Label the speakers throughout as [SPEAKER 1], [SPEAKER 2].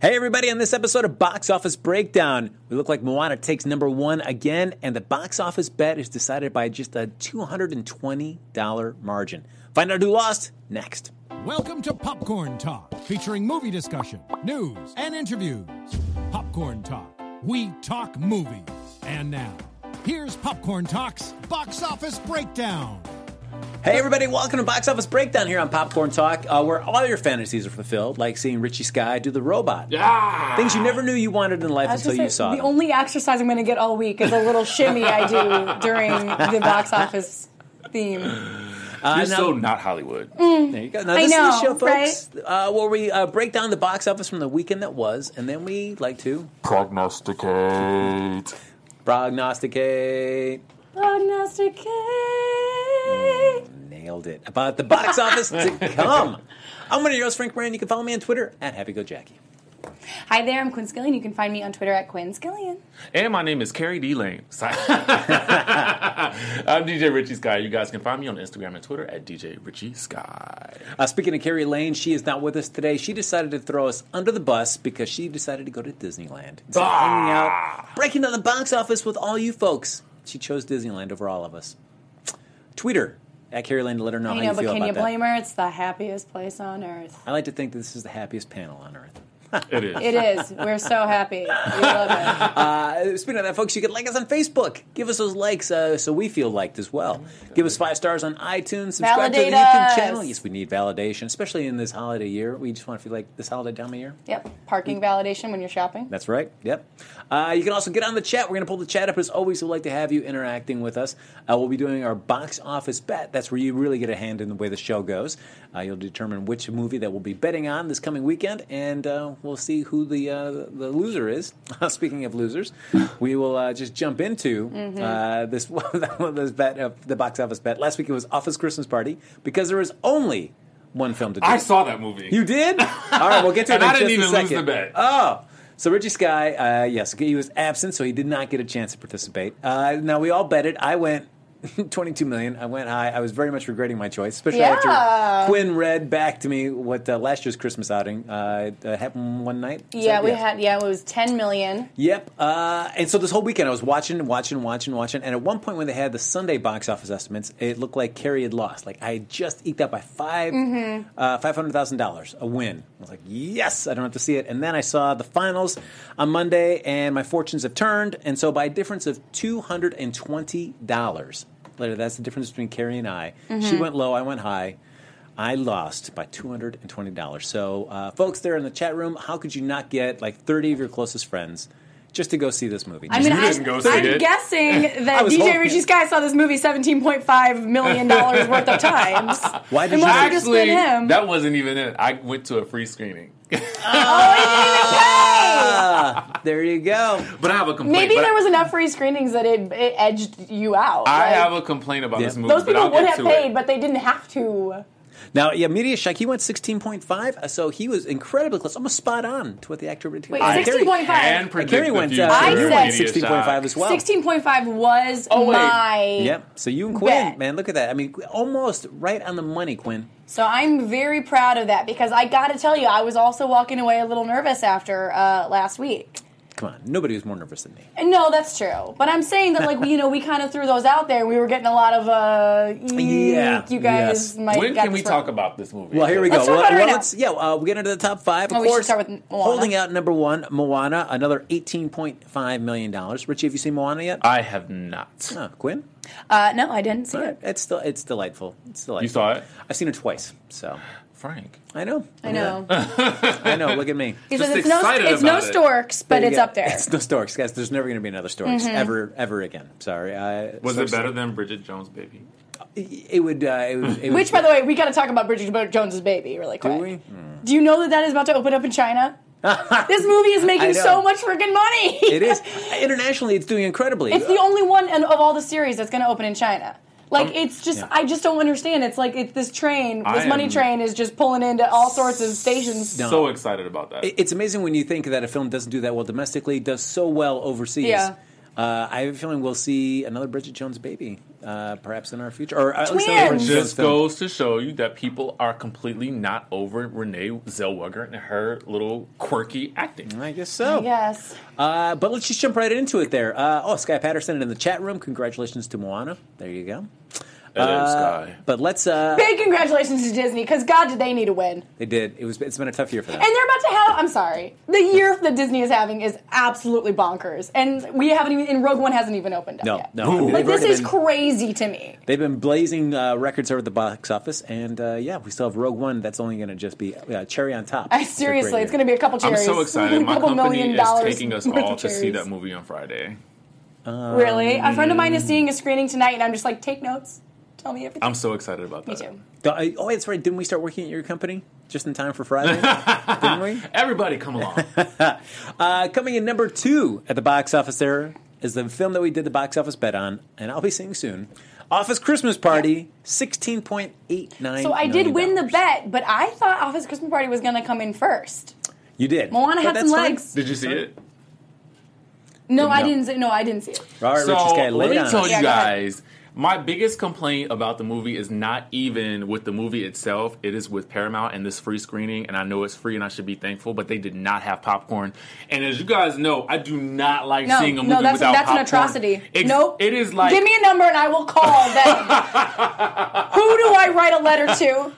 [SPEAKER 1] Hey, everybody, on this episode of Box Office Breakdown, we look like Moana takes number one again, and the box office bet is decided by just a $220 margin. Find out who lost next.
[SPEAKER 2] Welcome to Popcorn Talk, featuring movie discussion, news, and interviews. Popcorn Talk, we talk movies. And now, here's Popcorn Talk's box office breakdown.
[SPEAKER 1] Hey, everybody, welcome to Box Office Breakdown here on Popcorn Talk, uh, where all your fantasies are fulfilled, like seeing Richie Sky do the robot. Things you never knew you wanted in life
[SPEAKER 3] I was
[SPEAKER 1] until
[SPEAKER 3] gonna
[SPEAKER 1] you
[SPEAKER 3] say,
[SPEAKER 1] saw
[SPEAKER 3] the
[SPEAKER 1] them.
[SPEAKER 3] only exercise I'm going to get all week is a little shimmy I do during the box office theme.
[SPEAKER 1] Uh,
[SPEAKER 4] You're
[SPEAKER 1] now-
[SPEAKER 4] so not Hollywood.
[SPEAKER 1] There you go. Now,
[SPEAKER 3] Mm. I
[SPEAKER 1] this is the
[SPEAKER 3] know,
[SPEAKER 1] show, folks, uh, where we uh, break down the box office from the weekend that was, and then we like to
[SPEAKER 4] Prognosticate.
[SPEAKER 1] prognosticate.
[SPEAKER 3] Prognosticate.
[SPEAKER 1] Nailed it. About the box office to come. I'm one of your hosts, Frank Moran. You can follow me on Twitter at HappyGoJackie.
[SPEAKER 3] Hi there, I'm Quinn Skillian. You can find me on Twitter at Quinn Skillian.
[SPEAKER 4] And my name is Carrie D. Lane. Si- I'm DJ Richie Sky. You guys can find me on Instagram and Twitter at DJ Richie Sky.
[SPEAKER 1] Uh, speaking of Carrie Lane, she is not with us today. She decided to throw us under the bus because she decided to go to Disneyland. Instead of hanging out, breaking down the box office with all you folks. She chose Disneyland over all of us. Tweet her at Carrie Lane to let her know
[SPEAKER 3] I
[SPEAKER 1] how
[SPEAKER 3] know,
[SPEAKER 1] you
[SPEAKER 3] but
[SPEAKER 1] feel
[SPEAKER 3] can
[SPEAKER 1] about
[SPEAKER 3] you
[SPEAKER 1] that.
[SPEAKER 3] blame her? It's the happiest place on earth.
[SPEAKER 1] I like to think that this is the happiest panel on earth.
[SPEAKER 4] It is.
[SPEAKER 3] It is. We're so happy. We love it.
[SPEAKER 1] Uh, Speaking of that, folks, you can like us on Facebook. Give us those likes uh, so we feel liked as well. Give us five stars on iTunes. Subscribe to
[SPEAKER 3] Validate
[SPEAKER 1] the YouTube
[SPEAKER 3] us.
[SPEAKER 1] channel. Yes, we need validation, especially in this holiday year. We just want to feel like this holiday time of year.
[SPEAKER 3] Yep. Parking validation when you're shopping.
[SPEAKER 1] That's right. Yep. Uh, you can also get on the chat. We're going to pull the chat up. As always, we'd like to have you interacting with us. Uh, we'll be doing our box office bet. That's where you really get a hand in the way the show goes. Uh, you'll determine which movie that we'll be betting on this coming weekend, and uh, we'll see who the uh, the loser is. Speaking of losers, we will uh, just jump into uh, this this bet of the box office bet. Last week it was Office Christmas Party because there was only one film to do.
[SPEAKER 4] I saw that movie.
[SPEAKER 1] You did? All right, we'll get to it
[SPEAKER 4] And
[SPEAKER 1] in
[SPEAKER 4] I
[SPEAKER 1] just a
[SPEAKER 4] didn't even lose
[SPEAKER 1] second.
[SPEAKER 4] the bet.
[SPEAKER 1] Oh. So Richie Sky, uh, yes, he was absent, so he did not get a chance to participate. Uh, now we all bet it. I went 22 million. I went high. I was very much regretting my choice, especially
[SPEAKER 3] Yeah.
[SPEAKER 1] after Quinn read back to me what uh, last year's Christmas outing uh, uh, happened one night. Is
[SPEAKER 3] Yeah,
[SPEAKER 1] that-
[SPEAKER 3] we had, yeah, it was 10 million.
[SPEAKER 1] Yep. Uh, and so this whole weekend, I was watching and watching and watching watching. And at one point, when they had the Sunday box office estimates, it looked like Carrie had lost. Like I had just eked out by five
[SPEAKER 3] Mm-hmm.
[SPEAKER 1] uh, five hundred thousand dollars a win. I was like, yes, I don't have to see it. And then I saw the finals on Monday, and my fortunes have turned. And so by a difference of two hundred and twenty dollars, later that's the difference between Carrie and I.
[SPEAKER 3] Mm-hmm.
[SPEAKER 1] She went low, I went high. I lost by two hundred and twenty dollars. So, uh, folks, there in the chat room, how could you not get like thirty of your closest friends just to go see this movie?
[SPEAKER 3] I mean,
[SPEAKER 4] You
[SPEAKER 3] I'm,
[SPEAKER 4] didn't go see
[SPEAKER 3] I'm
[SPEAKER 4] it.
[SPEAKER 3] guessing that
[SPEAKER 1] was
[SPEAKER 3] DJ
[SPEAKER 1] hoping-
[SPEAKER 3] Richie Sky saw this movie 17.5 million dollars worth of times.
[SPEAKER 1] Why did
[SPEAKER 3] And
[SPEAKER 1] you-
[SPEAKER 3] must have just
[SPEAKER 4] Actually,
[SPEAKER 3] been him.
[SPEAKER 4] that wasn't even it. I went to a free screening.
[SPEAKER 1] there you go.
[SPEAKER 4] But I have a complaint.
[SPEAKER 3] Maybe
[SPEAKER 4] but
[SPEAKER 3] there was enough free screenings that it, it edged you out.
[SPEAKER 4] I
[SPEAKER 3] Like,
[SPEAKER 4] have a complaint about this
[SPEAKER 1] Yeah.
[SPEAKER 4] movie.
[SPEAKER 3] those
[SPEAKER 4] but
[SPEAKER 3] people
[SPEAKER 4] I'll
[SPEAKER 3] would
[SPEAKER 4] get
[SPEAKER 3] have
[SPEAKER 4] to
[SPEAKER 3] paid,
[SPEAKER 4] it.
[SPEAKER 3] but they didn't have to.
[SPEAKER 1] Now, yeah, Media Shack, he went sixteen point five, so he was incredibly close, almost spot on to what the actor. Wait,
[SPEAKER 3] Wait,
[SPEAKER 4] I-
[SPEAKER 3] 16.5.
[SPEAKER 4] And
[SPEAKER 1] Carrie,
[SPEAKER 4] predict
[SPEAKER 1] Carrie
[SPEAKER 4] the
[SPEAKER 1] went.
[SPEAKER 4] future.
[SPEAKER 1] Uh,
[SPEAKER 3] I
[SPEAKER 1] you
[SPEAKER 3] said-
[SPEAKER 1] went
[SPEAKER 4] Media
[SPEAKER 1] sixteen point five
[SPEAKER 4] shock.
[SPEAKER 1] as well.
[SPEAKER 3] 16.5 was
[SPEAKER 4] Oh, wait.
[SPEAKER 3] my.
[SPEAKER 1] Yep. So you and Quinn,
[SPEAKER 3] Bet.
[SPEAKER 1] man, look at that. I mean, almost right on the money, Quinn.
[SPEAKER 3] So I'm very proud of that because I got to tell you, I was also walking away a little nervous after uh, last week.
[SPEAKER 1] Come on, nobody was more nervous than me.
[SPEAKER 3] And no, that's true. But I'm saying that, like, you know, we kind of threw those out there. We were getting a lot of, uh, "Eek,
[SPEAKER 1] Yeah,
[SPEAKER 3] you
[SPEAKER 1] yes.
[SPEAKER 3] guys might
[SPEAKER 4] When
[SPEAKER 3] got
[SPEAKER 4] can we
[SPEAKER 3] this
[SPEAKER 4] talk
[SPEAKER 3] wrong."
[SPEAKER 4] about this movie?
[SPEAKER 1] Well, here we go.
[SPEAKER 3] Let's talk
[SPEAKER 1] well,
[SPEAKER 3] about it right
[SPEAKER 1] well,
[SPEAKER 3] now.
[SPEAKER 1] let's- yeah, uh, we get into the top five. Of
[SPEAKER 3] Oh, we should
[SPEAKER 1] course,
[SPEAKER 3] start with Moana.
[SPEAKER 1] holding out number one, Moana, another eighteen point five million dollars. Richie, have you seen Moana yet?
[SPEAKER 4] I have not.
[SPEAKER 1] Oh, Quinn,
[SPEAKER 3] Uh, no, I didn't see
[SPEAKER 1] All right,
[SPEAKER 3] it.
[SPEAKER 1] it's still it's delightful. It's delightful.
[SPEAKER 4] You saw it?
[SPEAKER 1] I've seen it twice, so
[SPEAKER 4] Frank.
[SPEAKER 1] I know.
[SPEAKER 3] I know.
[SPEAKER 1] I know. Look at me.
[SPEAKER 3] He
[SPEAKER 4] Just
[SPEAKER 3] says it's no,
[SPEAKER 4] excited
[SPEAKER 3] it's no
[SPEAKER 4] about it.
[SPEAKER 3] storks, but
[SPEAKER 1] There Mm-hmm. you
[SPEAKER 3] it's
[SPEAKER 1] go.
[SPEAKER 3] up there.
[SPEAKER 1] It's no Storks, guys. There's never going to be another Storks ever, ever again. Sorry. I,
[SPEAKER 4] Was
[SPEAKER 1] Storks-
[SPEAKER 4] it better than Bridget Jones' Baby?
[SPEAKER 1] It would. Uh, it would. It would
[SPEAKER 3] Which, by the way, we got to talk about Bridget Bo- Jones's baby really quick.
[SPEAKER 1] do we?
[SPEAKER 3] Do you know that that is about to open up in China? this movie is
[SPEAKER 1] I
[SPEAKER 3] making
[SPEAKER 1] know.
[SPEAKER 3] so much freaking money.
[SPEAKER 1] It is internationally. It's doing incredibly.
[SPEAKER 3] It's the only one and of all the series that's going to open in China. Like it's just,
[SPEAKER 1] Um, yeah.
[SPEAKER 3] I just don't understand. It's like it's this train, this
[SPEAKER 4] I
[SPEAKER 3] money
[SPEAKER 4] am-
[SPEAKER 3] train is just pulling into all sorts of stations.
[SPEAKER 4] So excited about that.
[SPEAKER 1] It's amazing when you think that a film doesn't do that well domestically, does so well overseas.
[SPEAKER 3] Yeah.
[SPEAKER 1] Uh, I have a feeling we'll see another Bridget Jones baby, uh, perhaps in our future, or at least
[SPEAKER 3] Twins!
[SPEAKER 1] another Bridget Jones
[SPEAKER 4] Just
[SPEAKER 1] film.
[SPEAKER 4] goes to show you that people are completely not over Renee Zellweger and her little quirky acting.
[SPEAKER 1] I guess so.
[SPEAKER 3] Yes.
[SPEAKER 1] Uh, but let's just jump right into it there. Uh, oh, Sky Patterson in the chat room. Congratulations to Moana. There you go.
[SPEAKER 4] Hello,
[SPEAKER 1] Uh,
[SPEAKER 4] Sky.
[SPEAKER 1] But let's. Uh,
[SPEAKER 3] Big congratulations to Disney because God, did they need a win.
[SPEAKER 1] they did. It was. It's been a tough year for them.
[SPEAKER 3] And they're about to have. I'm sorry. The year that Disney is having is absolutely bonkers, and we haven't even. And Rogue One hasn't even opened up
[SPEAKER 1] no,
[SPEAKER 3] yet.
[SPEAKER 1] no. I mean,
[SPEAKER 3] Like
[SPEAKER 1] they've
[SPEAKER 3] this
[SPEAKER 1] already
[SPEAKER 3] is
[SPEAKER 1] been-
[SPEAKER 3] crazy to me.
[SPEAKER 1] They've been blazing uh, records over at the box office, and uh, yeah, we still have Rogue One. That's only going to just be uh, cherry on top.
[SPEAKER 3] I seriously, it's going to be a couple
[SPEAKER 4] I'm
[SPEAKER 3] cherries.
[SPEAKER 4] so excited.
[SPEAKER 3] A
[SPEAKER 4] My
[SPEAKER 3] couple
[SPEAKER 4] company
[SPEAKER 3] million
[SPEAKER 4] is
[SPEAKER 3] dollars
[SPEAKER 4] taking us
[SPEAKER 3] worth of
[SPEAKER 4] all to see
[SPEAKER 3] cherries.
[SPEAKER 4] that movie on Friday.
[SPEAKER 3] Really, a friend of mine is seeing a screening tonight, and I'm just like, take notes. Tell me everything.
[SPEAKER 4] I'm so excited about
[SPEAKER 3] me
[SPEAKER 4] that.
[SPEAKER 3] too.
[SPEAKER 1] great. Oh, that's right. Didn't we start working at your company just in time for Friday? Didn't we?
[SPEAKER 4] Everybody, come along.
[SPEAKER 1] Uh, coming in number two at the box office, there is the film that we did the box office bet on, and I'll be seeing soon. Office Christmas Party, sixteen point eight nine.
[SPEAKER 3] So I did win the bet, but I thought Office Christmas Party was going to come in first.
[SPEAKER 1] You did.
[SPEAKER 3] Moana
[SPEAKER 1] But
[SPEAKER 3] had
[SPEAKER 1] that's
[SPEAKER 3] some
[SPEAKER 1] fine.
[SPEAKER 3] legs.
[SPEAKER 4] Did you see it?
[SPEAKER 3] No, I
[SPEAKER 1] No.
[SPEAKER 3] didn't. See, no, I didn't see it.
[SPEAKER 1] All right,
[SPEAKER 4] So
[SPEAKER 1] Richard Sky, lay
[SPEAKER 4] let me
[SPEAKER 1] down.
[SPEAKER 4] tell you
[SPEAKER 3] Yeah, go ahead.
[SPEAKER 4] guys, my biggest complaint about the movie is not even with the movie itself. It is with Paramount and this free screening, and I know it's free, and I should be thankful. But they did not have popcorn, and as you guys know, I do not like
[SPEAKER 3] No,
[SPEAKER 4] seeing a movie
[SPEAKER 3] no, that's
[SPEAKER 4] without
[SPEAKER 3] that's
[SPEAKER 4] popcorn.
[SPEAKER 3] an atrocity.
[SPEAKER 4] Ex-
[SPEAKER 3] nope.
[SPEAKER 4] it is like
[SPEAKER 3] give me a number and I will call them. Who do I write a letter to?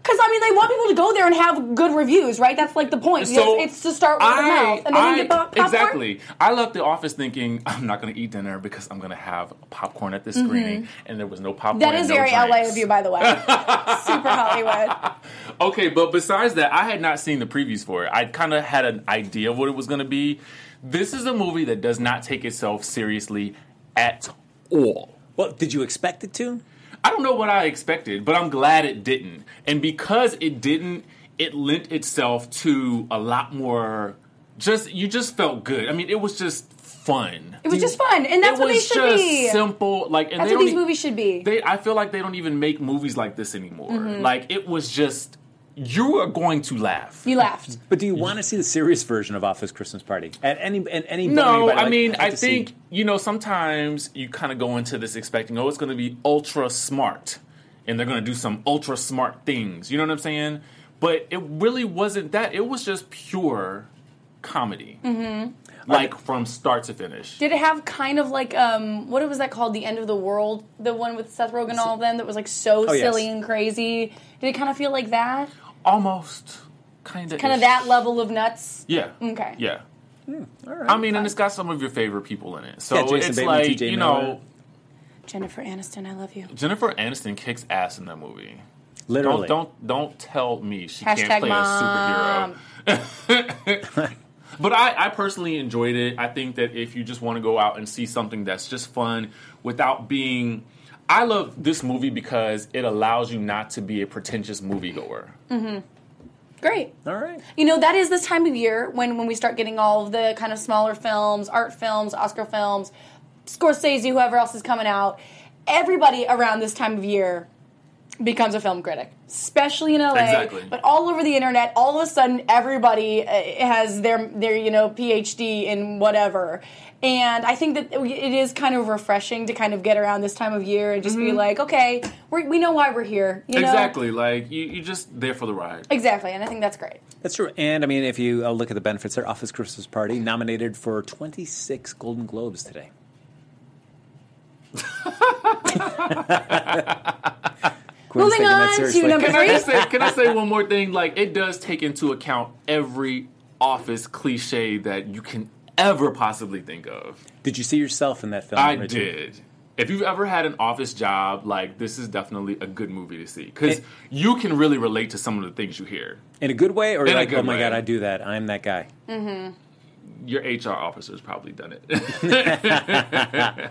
[SPEAKER 3] Because I mean, they want people to go there and have good reviews, right? That's like the point.
[SPEAKER 4] So
[SPEAKER 3] it's, it's to start with the mouth, and then you get pop- popcorn.
[SPEAKER 4] exactly. I left the office thinking I'm not going to eat dinner because I'm going to have popcorn at this screening, and there was no popcorn.
[SPEAKER 3] Mm-hmm. That
[SPEAKER 4] and
[SPEAKER 3] is
[SPEAKER 4] no
[SPEAKER 3] very
[SPEAKER 4] drinks.
[SPEAKER 3] LA of you, by the way. Super Hollywood.
[SPEAKER 4] Okay, but besides that, I had not seen the previews for it. I kind of had an idea of what it was going to be. This is a movie that does not take itself seriously at all.
[SPEAKER 1] Well, did you expect it to?
[SPEAKER 4] I don't know what I expected, but I'm glad it didn't. And because it didn't, it lent itself to a lot more. Just you just felt good. I mean, it was just fun.
[SPEAKER 3] It was just fun, and that's
[SPEAKER 4] it
[SPEAKER 3] what they
[SPEAKER 4] was
[SPEAKER 3] should
[SPEAKER 4] just
[SPEAKER 3] be.
[SPEAKER 4] simple. Like and
[SPEAKER 3] That's
[SPEAKER 4] they
[SPEAKER 3] what
[SPEAKER 4] don't
[SPEAKER 3] these
[SPEAKER 4] e-
[SPEAKER 3] movies should be.
[SPEAKER 4] They, I feel like they don't even make movies like this anymore. Like it was just you are going to laugh.
[SPEAKER 3] You laughed.
[SPEAKER 1] But do you want to see the serious version of Office Christmas Party at any at any?
[SPEAKER 4] No,
[SPEAKER 1] point, anybody,
[SPEAKER 4] I
[SPEAKER 1] like,
[SPEAKER 4] mean,
[SPEAKER 1] I'd
[SPEAKER 4] I
[SPEAKER 1] like to see-
[SPEAKER 4] think you know. Sometimes you kind of go into this expecting, oh, it's going to be ultra smart, and they're going to do some ultra smart things. You know what I'm saying? But it really wasn't that. It was just pure comedy, mm-hmm. like from start to finish.
[SPEAKER 3] Did it have kind of like um what was that called? The end of the world, the one with Seth Rogen and all of them that was like so
[SPEAKER 1] Oh, yes.
[SPEAKER 3] silly and crazy. Did it kind of feel like that?
[SPEAKER 4] Almost, kind of,
[SPEAKER 3] Kind of that level of nuts.
[SPEAKER 4] Yeah.
[SPEAKER 3] Okay.
[SPEAKER 4] Yeah.
[SPEAKER 1] All right.
[SPEAKER 4] I mean, and it's got some of your favorite people in it, so
[SPEAKER 1] Yeah, Jason
[SPEAKER 4] it's
[SPEAKER 1] Bateman,
[SPEAKER 4] like
[SPEAKER 1] T.J.
[SPEAKER 4] you
[SPEAKER 1] Miller.
[SPEAKER 4] know,
[SPEAKER 3] Jennifer Aniston, I love you.
[SPEAKER 4] Jennifer Aniston kicks ass in that movie.
[SPEAKER 1] literally.
[SPEAKER 4] Don't don't don't tell me she
[SPEAKER 3] Hashtag
[SPEAKER 4] can't play
[SPEAKER 3] mom.
[SPEAKER 4] a superhero. but I, I personally enjoyed it. I think that if you just want to go out and see something that's just fun without being I love this movie because it allows you not to be a pretentious moviegoer.
[SPEAKER 3] Great.
[SPEAKER 1] All right.
[SPEAKER 3] You know, that is this time of year when when we start getting all of the kind of smaller films, art films, Oscar films, Scorsese, whoever else is coming out. Everybody around this time of year becomes a film critic, especially in LA,
[SPEAKER 4] Exactly.
[SPEAKER 3] but all over the internet. All of a sudden, everybody uh, has their their you know PhD in whatever. And I think that it is kind of refreshing to kind of get around this time of year and just be like, okay, we're, we know why we're here. You know?
[SPEAKER 4] Mm-hmm. Exactly. Like you you just there for the ride.
[SPEAKER 3] Exactly. And I think that's great.
[SPEAKER 1] That's true. And I mean, if you uh, look at the benefits, their Office Christmas Party nominated for 26 Golden Globes today. Quinn's
[SPEAKER 3] Moving
[SPEAKER 1] taking that
[SPEAKER 3] on
[SPEAKER 1] seriously.
[SPEAKER 3] to number
[SPEAKER 4] Can I
[SPEAKER 3] three.
[SPEAKER 4] just say, can I say one more thing? Like, it does take into account every office cliche that you can ever possibly think of.
[SPEAKER 1] Did you see yourself in that film?
[SPEAKER 4] I
[SPEAKER 1] Richard?
[SPEAKER 4] did. If you've ever had an office job, like this is definitely a good movie to see because
[SPEAKER 1] It-
[SPEAKER 4] you can really relate to some of the things you hear.
[SPEAKER 1] In a good way, or
[SPEAKER 4] a
[SPEAKER 1] you're like,
[SPEAKER 4] good
[SPEAKER 1] oh my
[SPEAKER 4] way.
[SPEAKER 1] god, I do that. I'm that guy.
[SPEAKER 4] Your HR officer's probably done it.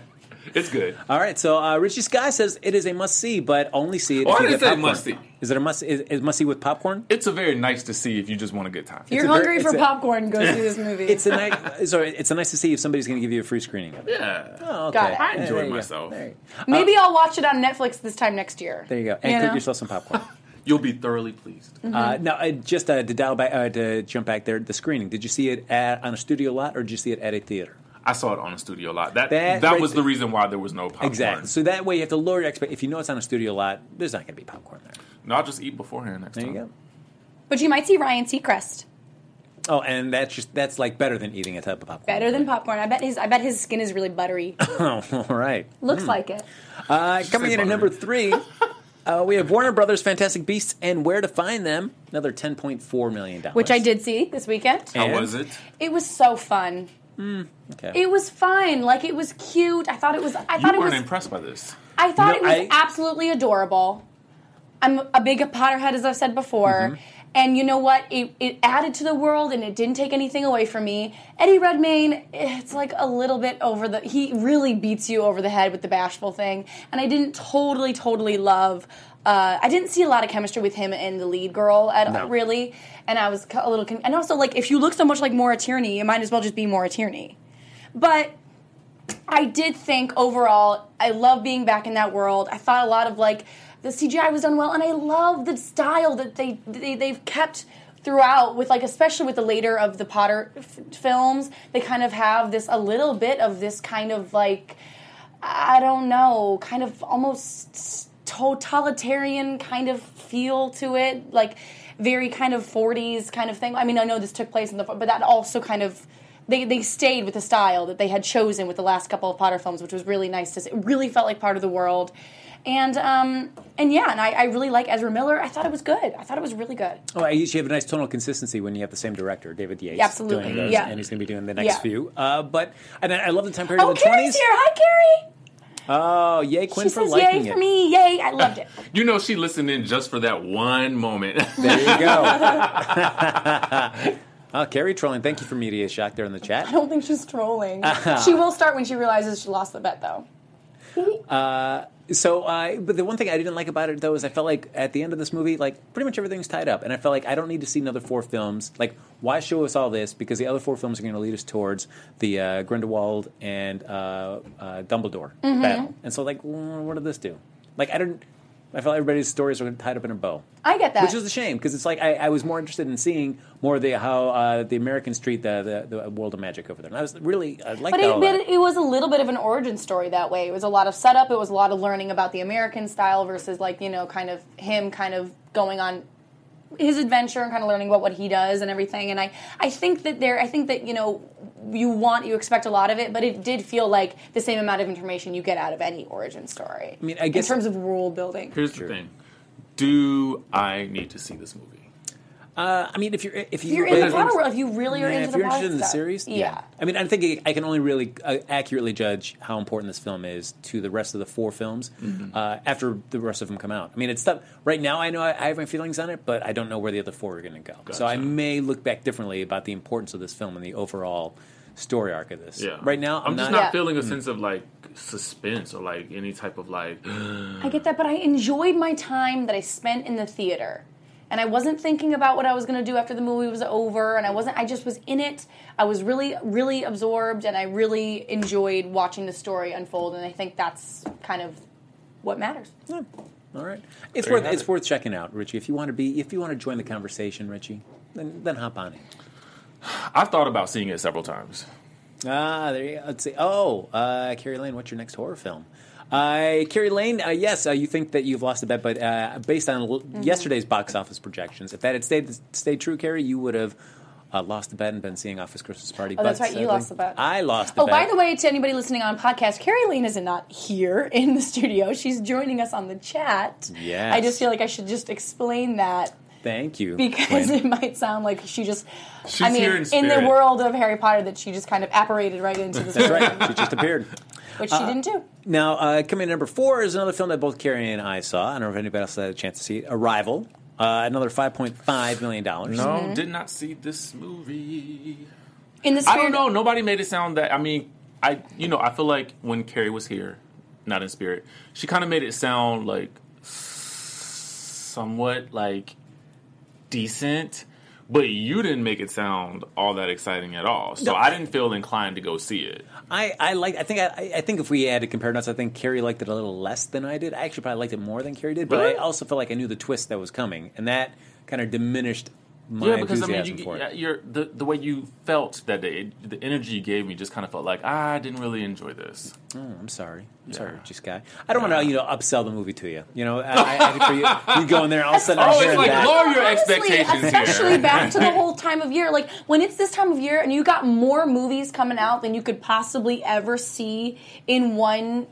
[SPEAKER 4] it's good.
[SPEAKER 1] All right. So uh, Richie Sky says it is a must see, but only see it.
[SPEAKER 4] Oh,
[SPEAKER 1] if
[SPEAKER 4] I
[SPEAKER 1] you
[SPEAKER 4] didn't
[SPEAKER 1] get
[SPEAKER 4] say
[SPEAKER 1] popcorn.
[SPEAKER 4] must-see.
[SPEAKER 1] Is it a must? Is, is must see with popcorn?
[SPEAKER 4] It's a very nice to see if you just want a good time.
[SPEAKER 3] You're
[SPEAKER 1] a very-
[SPEAKER 3] hungry for
[SPEAKER 1] it's a-
[SPEAKER 3] popcorn. Go see this movie.
[SPEAKER 1] It's a nice. sorry, it's a nice to see if somebody's going to give you a free sceening of it.
[SPEAKER 4] yeah.
[SPEAKER 1] Oh, okay.
[SPEAKER 3] Got it.
[SPEAKER 4] I
[SPEAKER 3] Yeah,
[SPEAKER 1] Yeah,
[SPEAKER 4] enjoyed
[SPEAKER 1] there you go.
[SPEAKER 4] myself.
[SPEAKER 1] There you-
[SPEAKER 3] Maybe I'll watch it on Netflix this time next year.
[SPEAKER 1] uh, There you go. And
[SPEAKER 3] You
[SPEAKER 1] cook
[SPEAKER 3] know?
[SPEAKER 1] yourself some popcorn.
[SPEAKER 4] You'll be thoroughly pleased.
[SPEAKER 1] Uh, now, uh, just uh, to dial back, uh, to jump back there, the screening. Did you see it at, on a studio lot, or did you see it at a theater?
[SPEAKER 4] I saw it on a studio lot. That
[SPEAKER 1] That
[SPEAKER 4] that,
[SPEAKER 1] right
[SPEAKER 4] was the reason why there was no popcorn.
[SPEAKER 1] Exactly. So that way you have to lower your expect. If you know it's on a studio lot, there's not going to be popcorn there.
[SPEAKER 4] No, I'll just eat beforehand next
[SPEAKER 1] There
[SPEAKER 4] time.
[SPEAKER 1] you go.
[SPEAKER 3] But you might see Ryan Seacrest.
[SPEAKER 1] Oh, and that's just that's like better than eating a type of popcorn.
[SPEAKER 3] Better than popcorn. I bet his I bet his skin is really buttery.
[SPEAKER 1] All right.
[SPEAKER 3] Looks like it.
[SPEAKER 1] Uh, coming in at
[SPEAKER 4] buttery.
[SPEAKER 1] number three, uh, we have Warner Brothers Fantastic Beasts and Where to Find Them. Another ten point four million dollars.
[SPEAKER 3] Which I did see this weekend.
[SPEAKER 1] And-
[SPEAKER 4] How was it?
[SPEAKER 3] It was so fun.
[SPEAKER 1] Okay.
[SPEAKER 3] It was fun. Like it was cute. I thought it was I
[SPEAKER 4] You
[SPEAKER 3] thought it
[SPEAKER 4] weren't
[SPEAKER 3] was
[SPEAKER 4] impressed by this.
[SPEAKER 3] I
[SPEAKER 1] No,
[SPEAKER 3] thought it was
[SPEAKER 1] I-
[SPEAKER 3] absolutely adorable. I'm a big Potterhead, as I've said before.
[SPEAKER 1] Mm-hmm.
[SPEAKER 3] And you know what? It, it added to the world and it didn't take anything away from me. Eddie Redmayne, it's like a little bit over the. He really beats you over the head with the bashful thing. And I didn't totally, totally love. Uh, I didn't see a lot of chemistry with him and the lead girl at
[SPEAKER 1] No.
[SPEAKER 3] really. And I was a little. Con- and also, like, if you look so much like Maura Tierney, you might as well just be Maura Tierney. But I did think overall, I love being back in that world. I thought a lot of like the CGI was done well, and I love the style that they, they they've kept throughout with like especially with the later of the Potter f- films. They kind of have this a little bit of this kind of like I don't know, kind of almost totalitarian kind of feel to it, like very kind of 40s kind of thing. I mean, I know this took place in the, but that also kind of they, they stayed with the style that they had chosen with the last couple of Potter films, which was really nice to see. It really felt like part of the world. And um and yeah, and I, I really like Ezra Miller. I thought it was good. I thought it was really good.
[SPEAKER 1] Oh, I usually have a nice tonal consistency when you have the same director, David Yates.
[SPEAKER 3] Yeah, absolutely.
[SPEAKER 1] Doing those,
[SPEAKER 3] Yeah.
[SPEAKER 1] and he's going to be doing the next
[SPEAKER 3] Yeah.
[SPEAKER 1] few. Uh, but and I, I love the time period
[SPEAKER 3] Oh,
[SPEAKER 1] of the twenties.
[SPEAKER 3] Carrie's here. Hi, Carrie.
[SPEAKER 1] Oh, yay, Quinn
[SPEAKER 3] She
[SPEAKER 1] for
[SPEAKER 3] says
[SPEAKER 1] liking
[SPEAKER 3] yay
[SPEAKER 1] it.
[SPEAKER 3] for me. Yay! I loved it.
[SPEAKER 4] You know, she listened in just for that one moment.
[SPEAKER 1] There you go. oh, Carrie trolling. Thank you for media shock there in the chat.
[SPEAKER 3] I don't think she's trolling. she will start when she realizes she lost the bet, though.
[SPEAKER 1] So, uh, but the one thing I didn't like about it though is I felt like at the end of this movie, like pretty much everything's tied up, and I felt like I don't need to see another four films. Like, why show us all this? Because the other four films are going to lead us towards the uh, Grindelwald and uh, uh, Dumbledore
[SPEAKER 3] Mm-hmm.
[SPEAKER 1] battle, and so like, mm, what did this do? Like, I don't. I felt everybody's stories were tied up in a bow.
[SPEAKER 3] I get that.
[SPEAKER 1] Which is a shame because it's like I, I was more interested in seeing more of the how uh, the Americans treat the, the the world of magic over there. And I was really I liked
[SPEAKER 3] but
[SPEAKER 1] all
[SPEAKER 3] it, but
[SPEAKER 1] that.
[SPEAKER 3] it was a little bit of an origin story that way. It was a lot of setup. It was a lot of learning about the American style versus like you know kind of him kind of going on his adventure and kind of learning about what he does and everything. And I I think that there I think that you know you want you expect a lot of it, but it did feel like the same amount of information you get out of any origin story. I
[SPEAKER 1] mean, I guess-
[SPEAKER 3] in terms of world building.
[SPEAKER 4] Here's the thing: Do I need to see this movie?
[SPEAKER 1] Uh, I mean, if you're if you
[SPEAKER 3] If you're
[SPEAKER 1] but
[SPEAKER 3] in the
[SPEAKER 1] there's-
[SPEAKER 3] Potter world, if you really are
[SPEAKER 1] Yeah,
[SPEAKER 3] into
[SPEAKER 1] if
[SPEAKER 3] the
[SPEAKER 1] you're
[SPEAKER 3] Potter
[SPEAKER 1] interested in the
[SPEAKER 3] stuff.
[SPEAKER 1] series,
[SPEAKER 3] yeah.
[SPEAKER 1] I mean, I think it- I can only really uh, accurately judge how important this film is to the rest of the four films
[SPEAKER 4] Mm-hmm.
[SPEAKER 1] uh, after the rest of them come out. I mean, it's stuff right now. I know I, I have my feelings on it, but I don't know where the other four are going to go. So I
[SPEAKER 4] Gotcha.
[SPEAKER 1] may look back differently about the importance of this film and the overall story arc of this.
[SPEAKER 4] Yeah. Mm.
[SPEAKER 1] Right now, I'm,
[SPEAKER 4] I'm, just
[SPEAKER 1] not
[SPEAKER 4] not
[SPEAKER 3] Yeah.
[SPEAKER 4] feeling a sense of like suspense or like any type of like.
[SPEAKER 3] I get that, but I enjoyed my time that I spent in the theater. And I wasn't thinking about what I was going to do after the movie was over, and I wasn't. I just was in it. I was really, really absorbed, and I really enjoyed watching the story unfold. And I think that's kind of what matters.
[SPEAKER 1] All right, it's
[SPEAKER 4] There you
[SPEAKER 1] worth
[SPEAKER 4] have
[SPEAKER 1] it's
[SPEAKER 4] it.
[SPEAKER 1] worth checking out, Richie. If you want to be, if you want to join the conversation, Richie, then then hop on it.
[SPEAKER 4] I've thought about seeing it several times.
[SPEAKER 1] Ah, there you go. Let's see. Oh, uh, Carrie Lane, what's your next horror film? Uh, Carrie Lane, uh, yes, uh, you think that you've lost a bet, but uh, based on l-
[SPEAKER 3] Mm-hmm.
[SPEAKER 1] yesterday's box office projections, if that had stayed stayed true, Carrie, you would have uh, lost the bet and been seeing Office Christmas Party.
[SPEAKER 3] Oh, that's
[SPEAKER 1] but
[SPEAKER 3] right, you
[SPEAKER 1] sadly-
[SPEAKER 3] lost the bet.
[SPEAKER 1] I lost the
[SPEAKER 3] Oh,
[SPEAKER 1] bet.
[SPEAKER 3] by the way, to anybody listening on podcast, Carrie Lane is not here in the studio. She's joining us on the chat.
[SPEAKER 1] Yes.
[SPEAKER 3] I just feel like I should just explain that
[SPEAKER 1] Thank you.
[SPEAKER 3] because
[SPEAKER 1] Quinn.
[SPEAKER 3] it might sound like she just.
[SPEAKER 4] She's
[SPEAKER 3] I mean,
[SPEAKER 4] here in
[SPEAKER 3] in, the
[SPEAKER 4] spirit.
[SPEAKER 3] world of Harry Potter, that she just kind of apparated right into this room,
[SPEAKER 1] Right, she just appeared.
[SPEAKER 3] which she didn't do.
[SPEAKER 1] Now, uh, coming in number four is another film that both Carrie and I saw. I don't know if anybody else had a chance to see it. Arrival, uh, another $5.5 million.
[SPEAKER 4] No, Mm-hmm.
[SPEAKER 1] Mm-hmm.
[SPEAKER 4] did not see this movie.
[SPEAKER 3] In the
[SPEAKER 4] I
[SPEAKER 3] spirit,
[SPEAKER 4] don't know. Nobody made it sound that. I mean, I you know I feel like when Carrie was here, not in spirit, she kind of made it sound like somewhat like decent, but you didn't make it sound all that exciting at all. So
[SPEAKER 1] No.
[SPEAKER 4] I didn't feel inclined to go see it.
[SPEAKER 1] I, I like. I think. I- I, I think if we had to compare notes, I think Carrie liked it a little less than I did. I actually probably liked it more than Carrie did, but
[SPEAKER 4] Really?
[SPEAKER 1] I also felt like I knew the twist that was coming, and that kind of diminished my
[SPEAKER 4] yeah, because I mean,
[SPEAKER 1] enthusiasm
[SPEAKER 4] you,
[SPEAKER 1] for it.
[SPEAKER 4] yeah, you're, the the way you felt that day, it- the energy you gave me, just kind of felt like "Ah, I didn't really enjoy this.
[SPEAKER 1] I'm sorry. I'm
[SPEAKER 4] Yeah.
[SPEAKER 1] sorry, Richie Sky. I don't want to, you know, upsell the movie to you. You know, I, I, I for you, you go in there, all of a sudden I'm
[SPEAKER 4] always
[SPEAKER 1] hearing
[SPEAKER 4] like
[SPEAKER 1] that.
[SPEAKER 4] lower your
[SPEAKER 3] Honestly,
[SPEAKER 4] expectations here.
[SPEAKER 3] especially back to the whole time of year. Like when it's this time of year, and you got more movies coming out than you could possibly ever see in one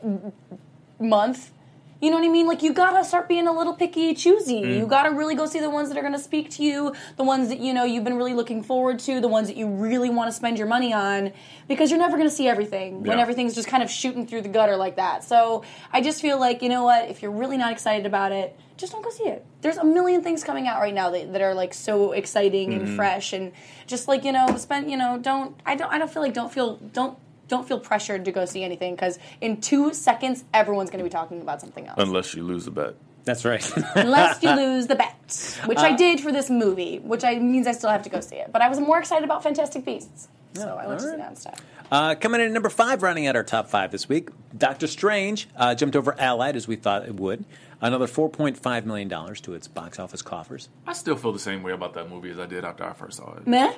[SPEAKER 3] month. You know what I mean? Like you gotta start being a little picky and choosy.
[SPEAKER 4] Mm.
[SPEAKER 3] You gotta really go see the ones that are gonna speak to you, the ones that you know you've been really looking forward to, the ones that you really want to spend your money on, because you're never gonna see everything when
[SPEAKER 4] Yeah.
[SPEAKER 3] everything's just kind of shooting through the gutter like that. So I just feel like you know what? If you're really not excited about it, just don't go see it. There's a million things coming out right now that, that are like so exciting and fresh and just like you know spend you know don't I don't I don't feel like don't feel don't don't feel pressured to go see anything because in two seconds everyone's going to be talking about something else
[SPEAKER 4] Unless you lose a bet.
[SPEAKER 1] That's right.
[SPEAKER 3] unless you lose the bet which i did for this movie which i means i still have to go see it but i was more excited about fantastic beasts so i went to see
[SPEAKER 1] alright.
[SPEAKER 3] that instead
[SPEAKER 1] Uh, coming in at number five, rounding out our top five this week, Doctor Strange uh, jumped over Allied as we thought it would. Another $4.5 million to its box office coffers.
[SPEAKER 4] I still feel the same way about that movie as I did after I first saw it.
[SPEAKER 3] meh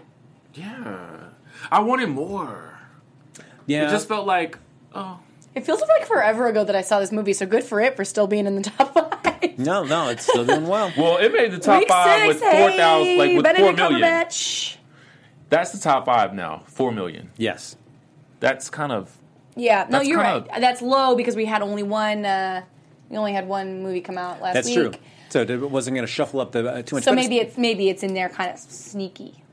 [SPEAKER 4] Yeah, I wanted more.
[SPEAKER 1] Yeah.
[SPEAKER 4] It just felt like oh,
[SPEAKER 3] it feels like forever ago that i saw this movie so good for it for still being in the top five
[SPEAKER 1] no, no, it's still doing well.
[SPEAKER 4] well, it made the top
[SPEAKER 3] Week
[SPEAKER 4] five
[SPEAKER 3] six,
[SPEAKER 4] with four thousand,
[SPEAKER 3] hey,
[SPEAKER 4] like with
[SPEAKER 3] Benedict
[SPEAKER 4] four million.
[SPEAKER 3] Cumberbatch.
[SPEAKER 4] That's the top five now, four million.
[SPEAKER 1] yes.
[SPEAKER 4] That's kind of
[SPEAKER 3] yeah no
[SPEAKER 4] That's
[SPEAKER 3] you're
[SPEAKER 4] kinda-
[SPEAKER 3] right that's low because we had only one uh, we only had one movie come out last
[SPEAKER 1] That's
[SPEAKER 3] week
[SPEAKER 1] true. So it wasn't going to shuffle up the uh, too much.
[SPEAKER 3] so
[SPEAKER 1] but
[SPEAKER 3] maybe it's maybe it's in there kind of sneaky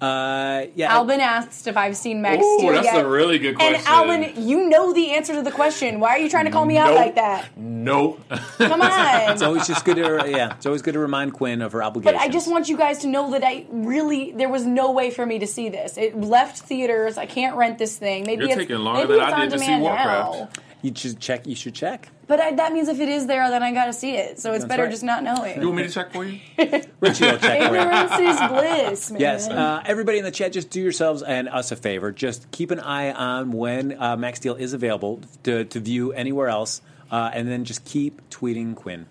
[SPEAKER 1] uh, yeah,
[SPEAKER 3] Albin asked if I've seen Max
[SPEAKER 4] Oh. Ooh,
[SPEAKER 3] Steel
[SPEAKER 4] that's
[SPEAKER 3] yet.
[SPEAKER 4] a really good
[SPEAKER 3] And
[SPEAKER 4] question.
[SPEAKER 3] Albin, you know the answer to the question. Why are you trying to call me out
[SPEAKER 4] Nope.
[SPEAKER 3] like that?
[SPEAKER 4] no.
[SPEAKER 3] Come on.
[SPEAKER 1] It's always just good to uh, yeah. It's always good to remind Quinn of her
[SPEAKER 3] but
[SPEAKER 1] obligations.
[SPEAKER 3] I just want you guys to know that I really there was no way for me to see this. It left theaters. I can't rent this thing. Maybe
[SPEAKER 4] You're
[SPEAKER 3] it's,
[SPEAKER 4] taking longer
[SPEAKER 3] maybe
[SPEAKER 4] than
[SPEAKER 3] it's
[SPEAKER 4] I
[SPEAKER 3] on
[SPEAKER 4] did to see
[SPEAKER 3] demand
[SPEAKER 4] Warcraft.
[SPEAKER 3] now.
[SPEAKER 1] you should check. You should check.
[SPEAKER 3] But I, that means if it is there, then I got to see it. So it's
[SPEAKER 1] That's
[SPEAKER 3] better
[SPEAKER 1] right.
[SPEAKER 3] just not
[SPEAKER 4] you
[SPEAKER 3] knowing.
[SPEAKER 4] want me to check for you?
[SPEAKER 1] Richie will check. for you.
[SPEAKER 3] Ignorance is bliss, man.
[SPEAKER 1] Yes, uh, everybody in the chat, just do yourselves and us a favor. Just keep an eye on when uh, Max Steel is available to, to view anywhere else, uh, and then just keep tweeting Quinn.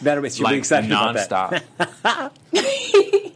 [SPEAKER 1] Better way, you'll be
[SPEAKER 4] like
[SPEAKER 1] excited about that.
[SPEAKER 4] nonstop.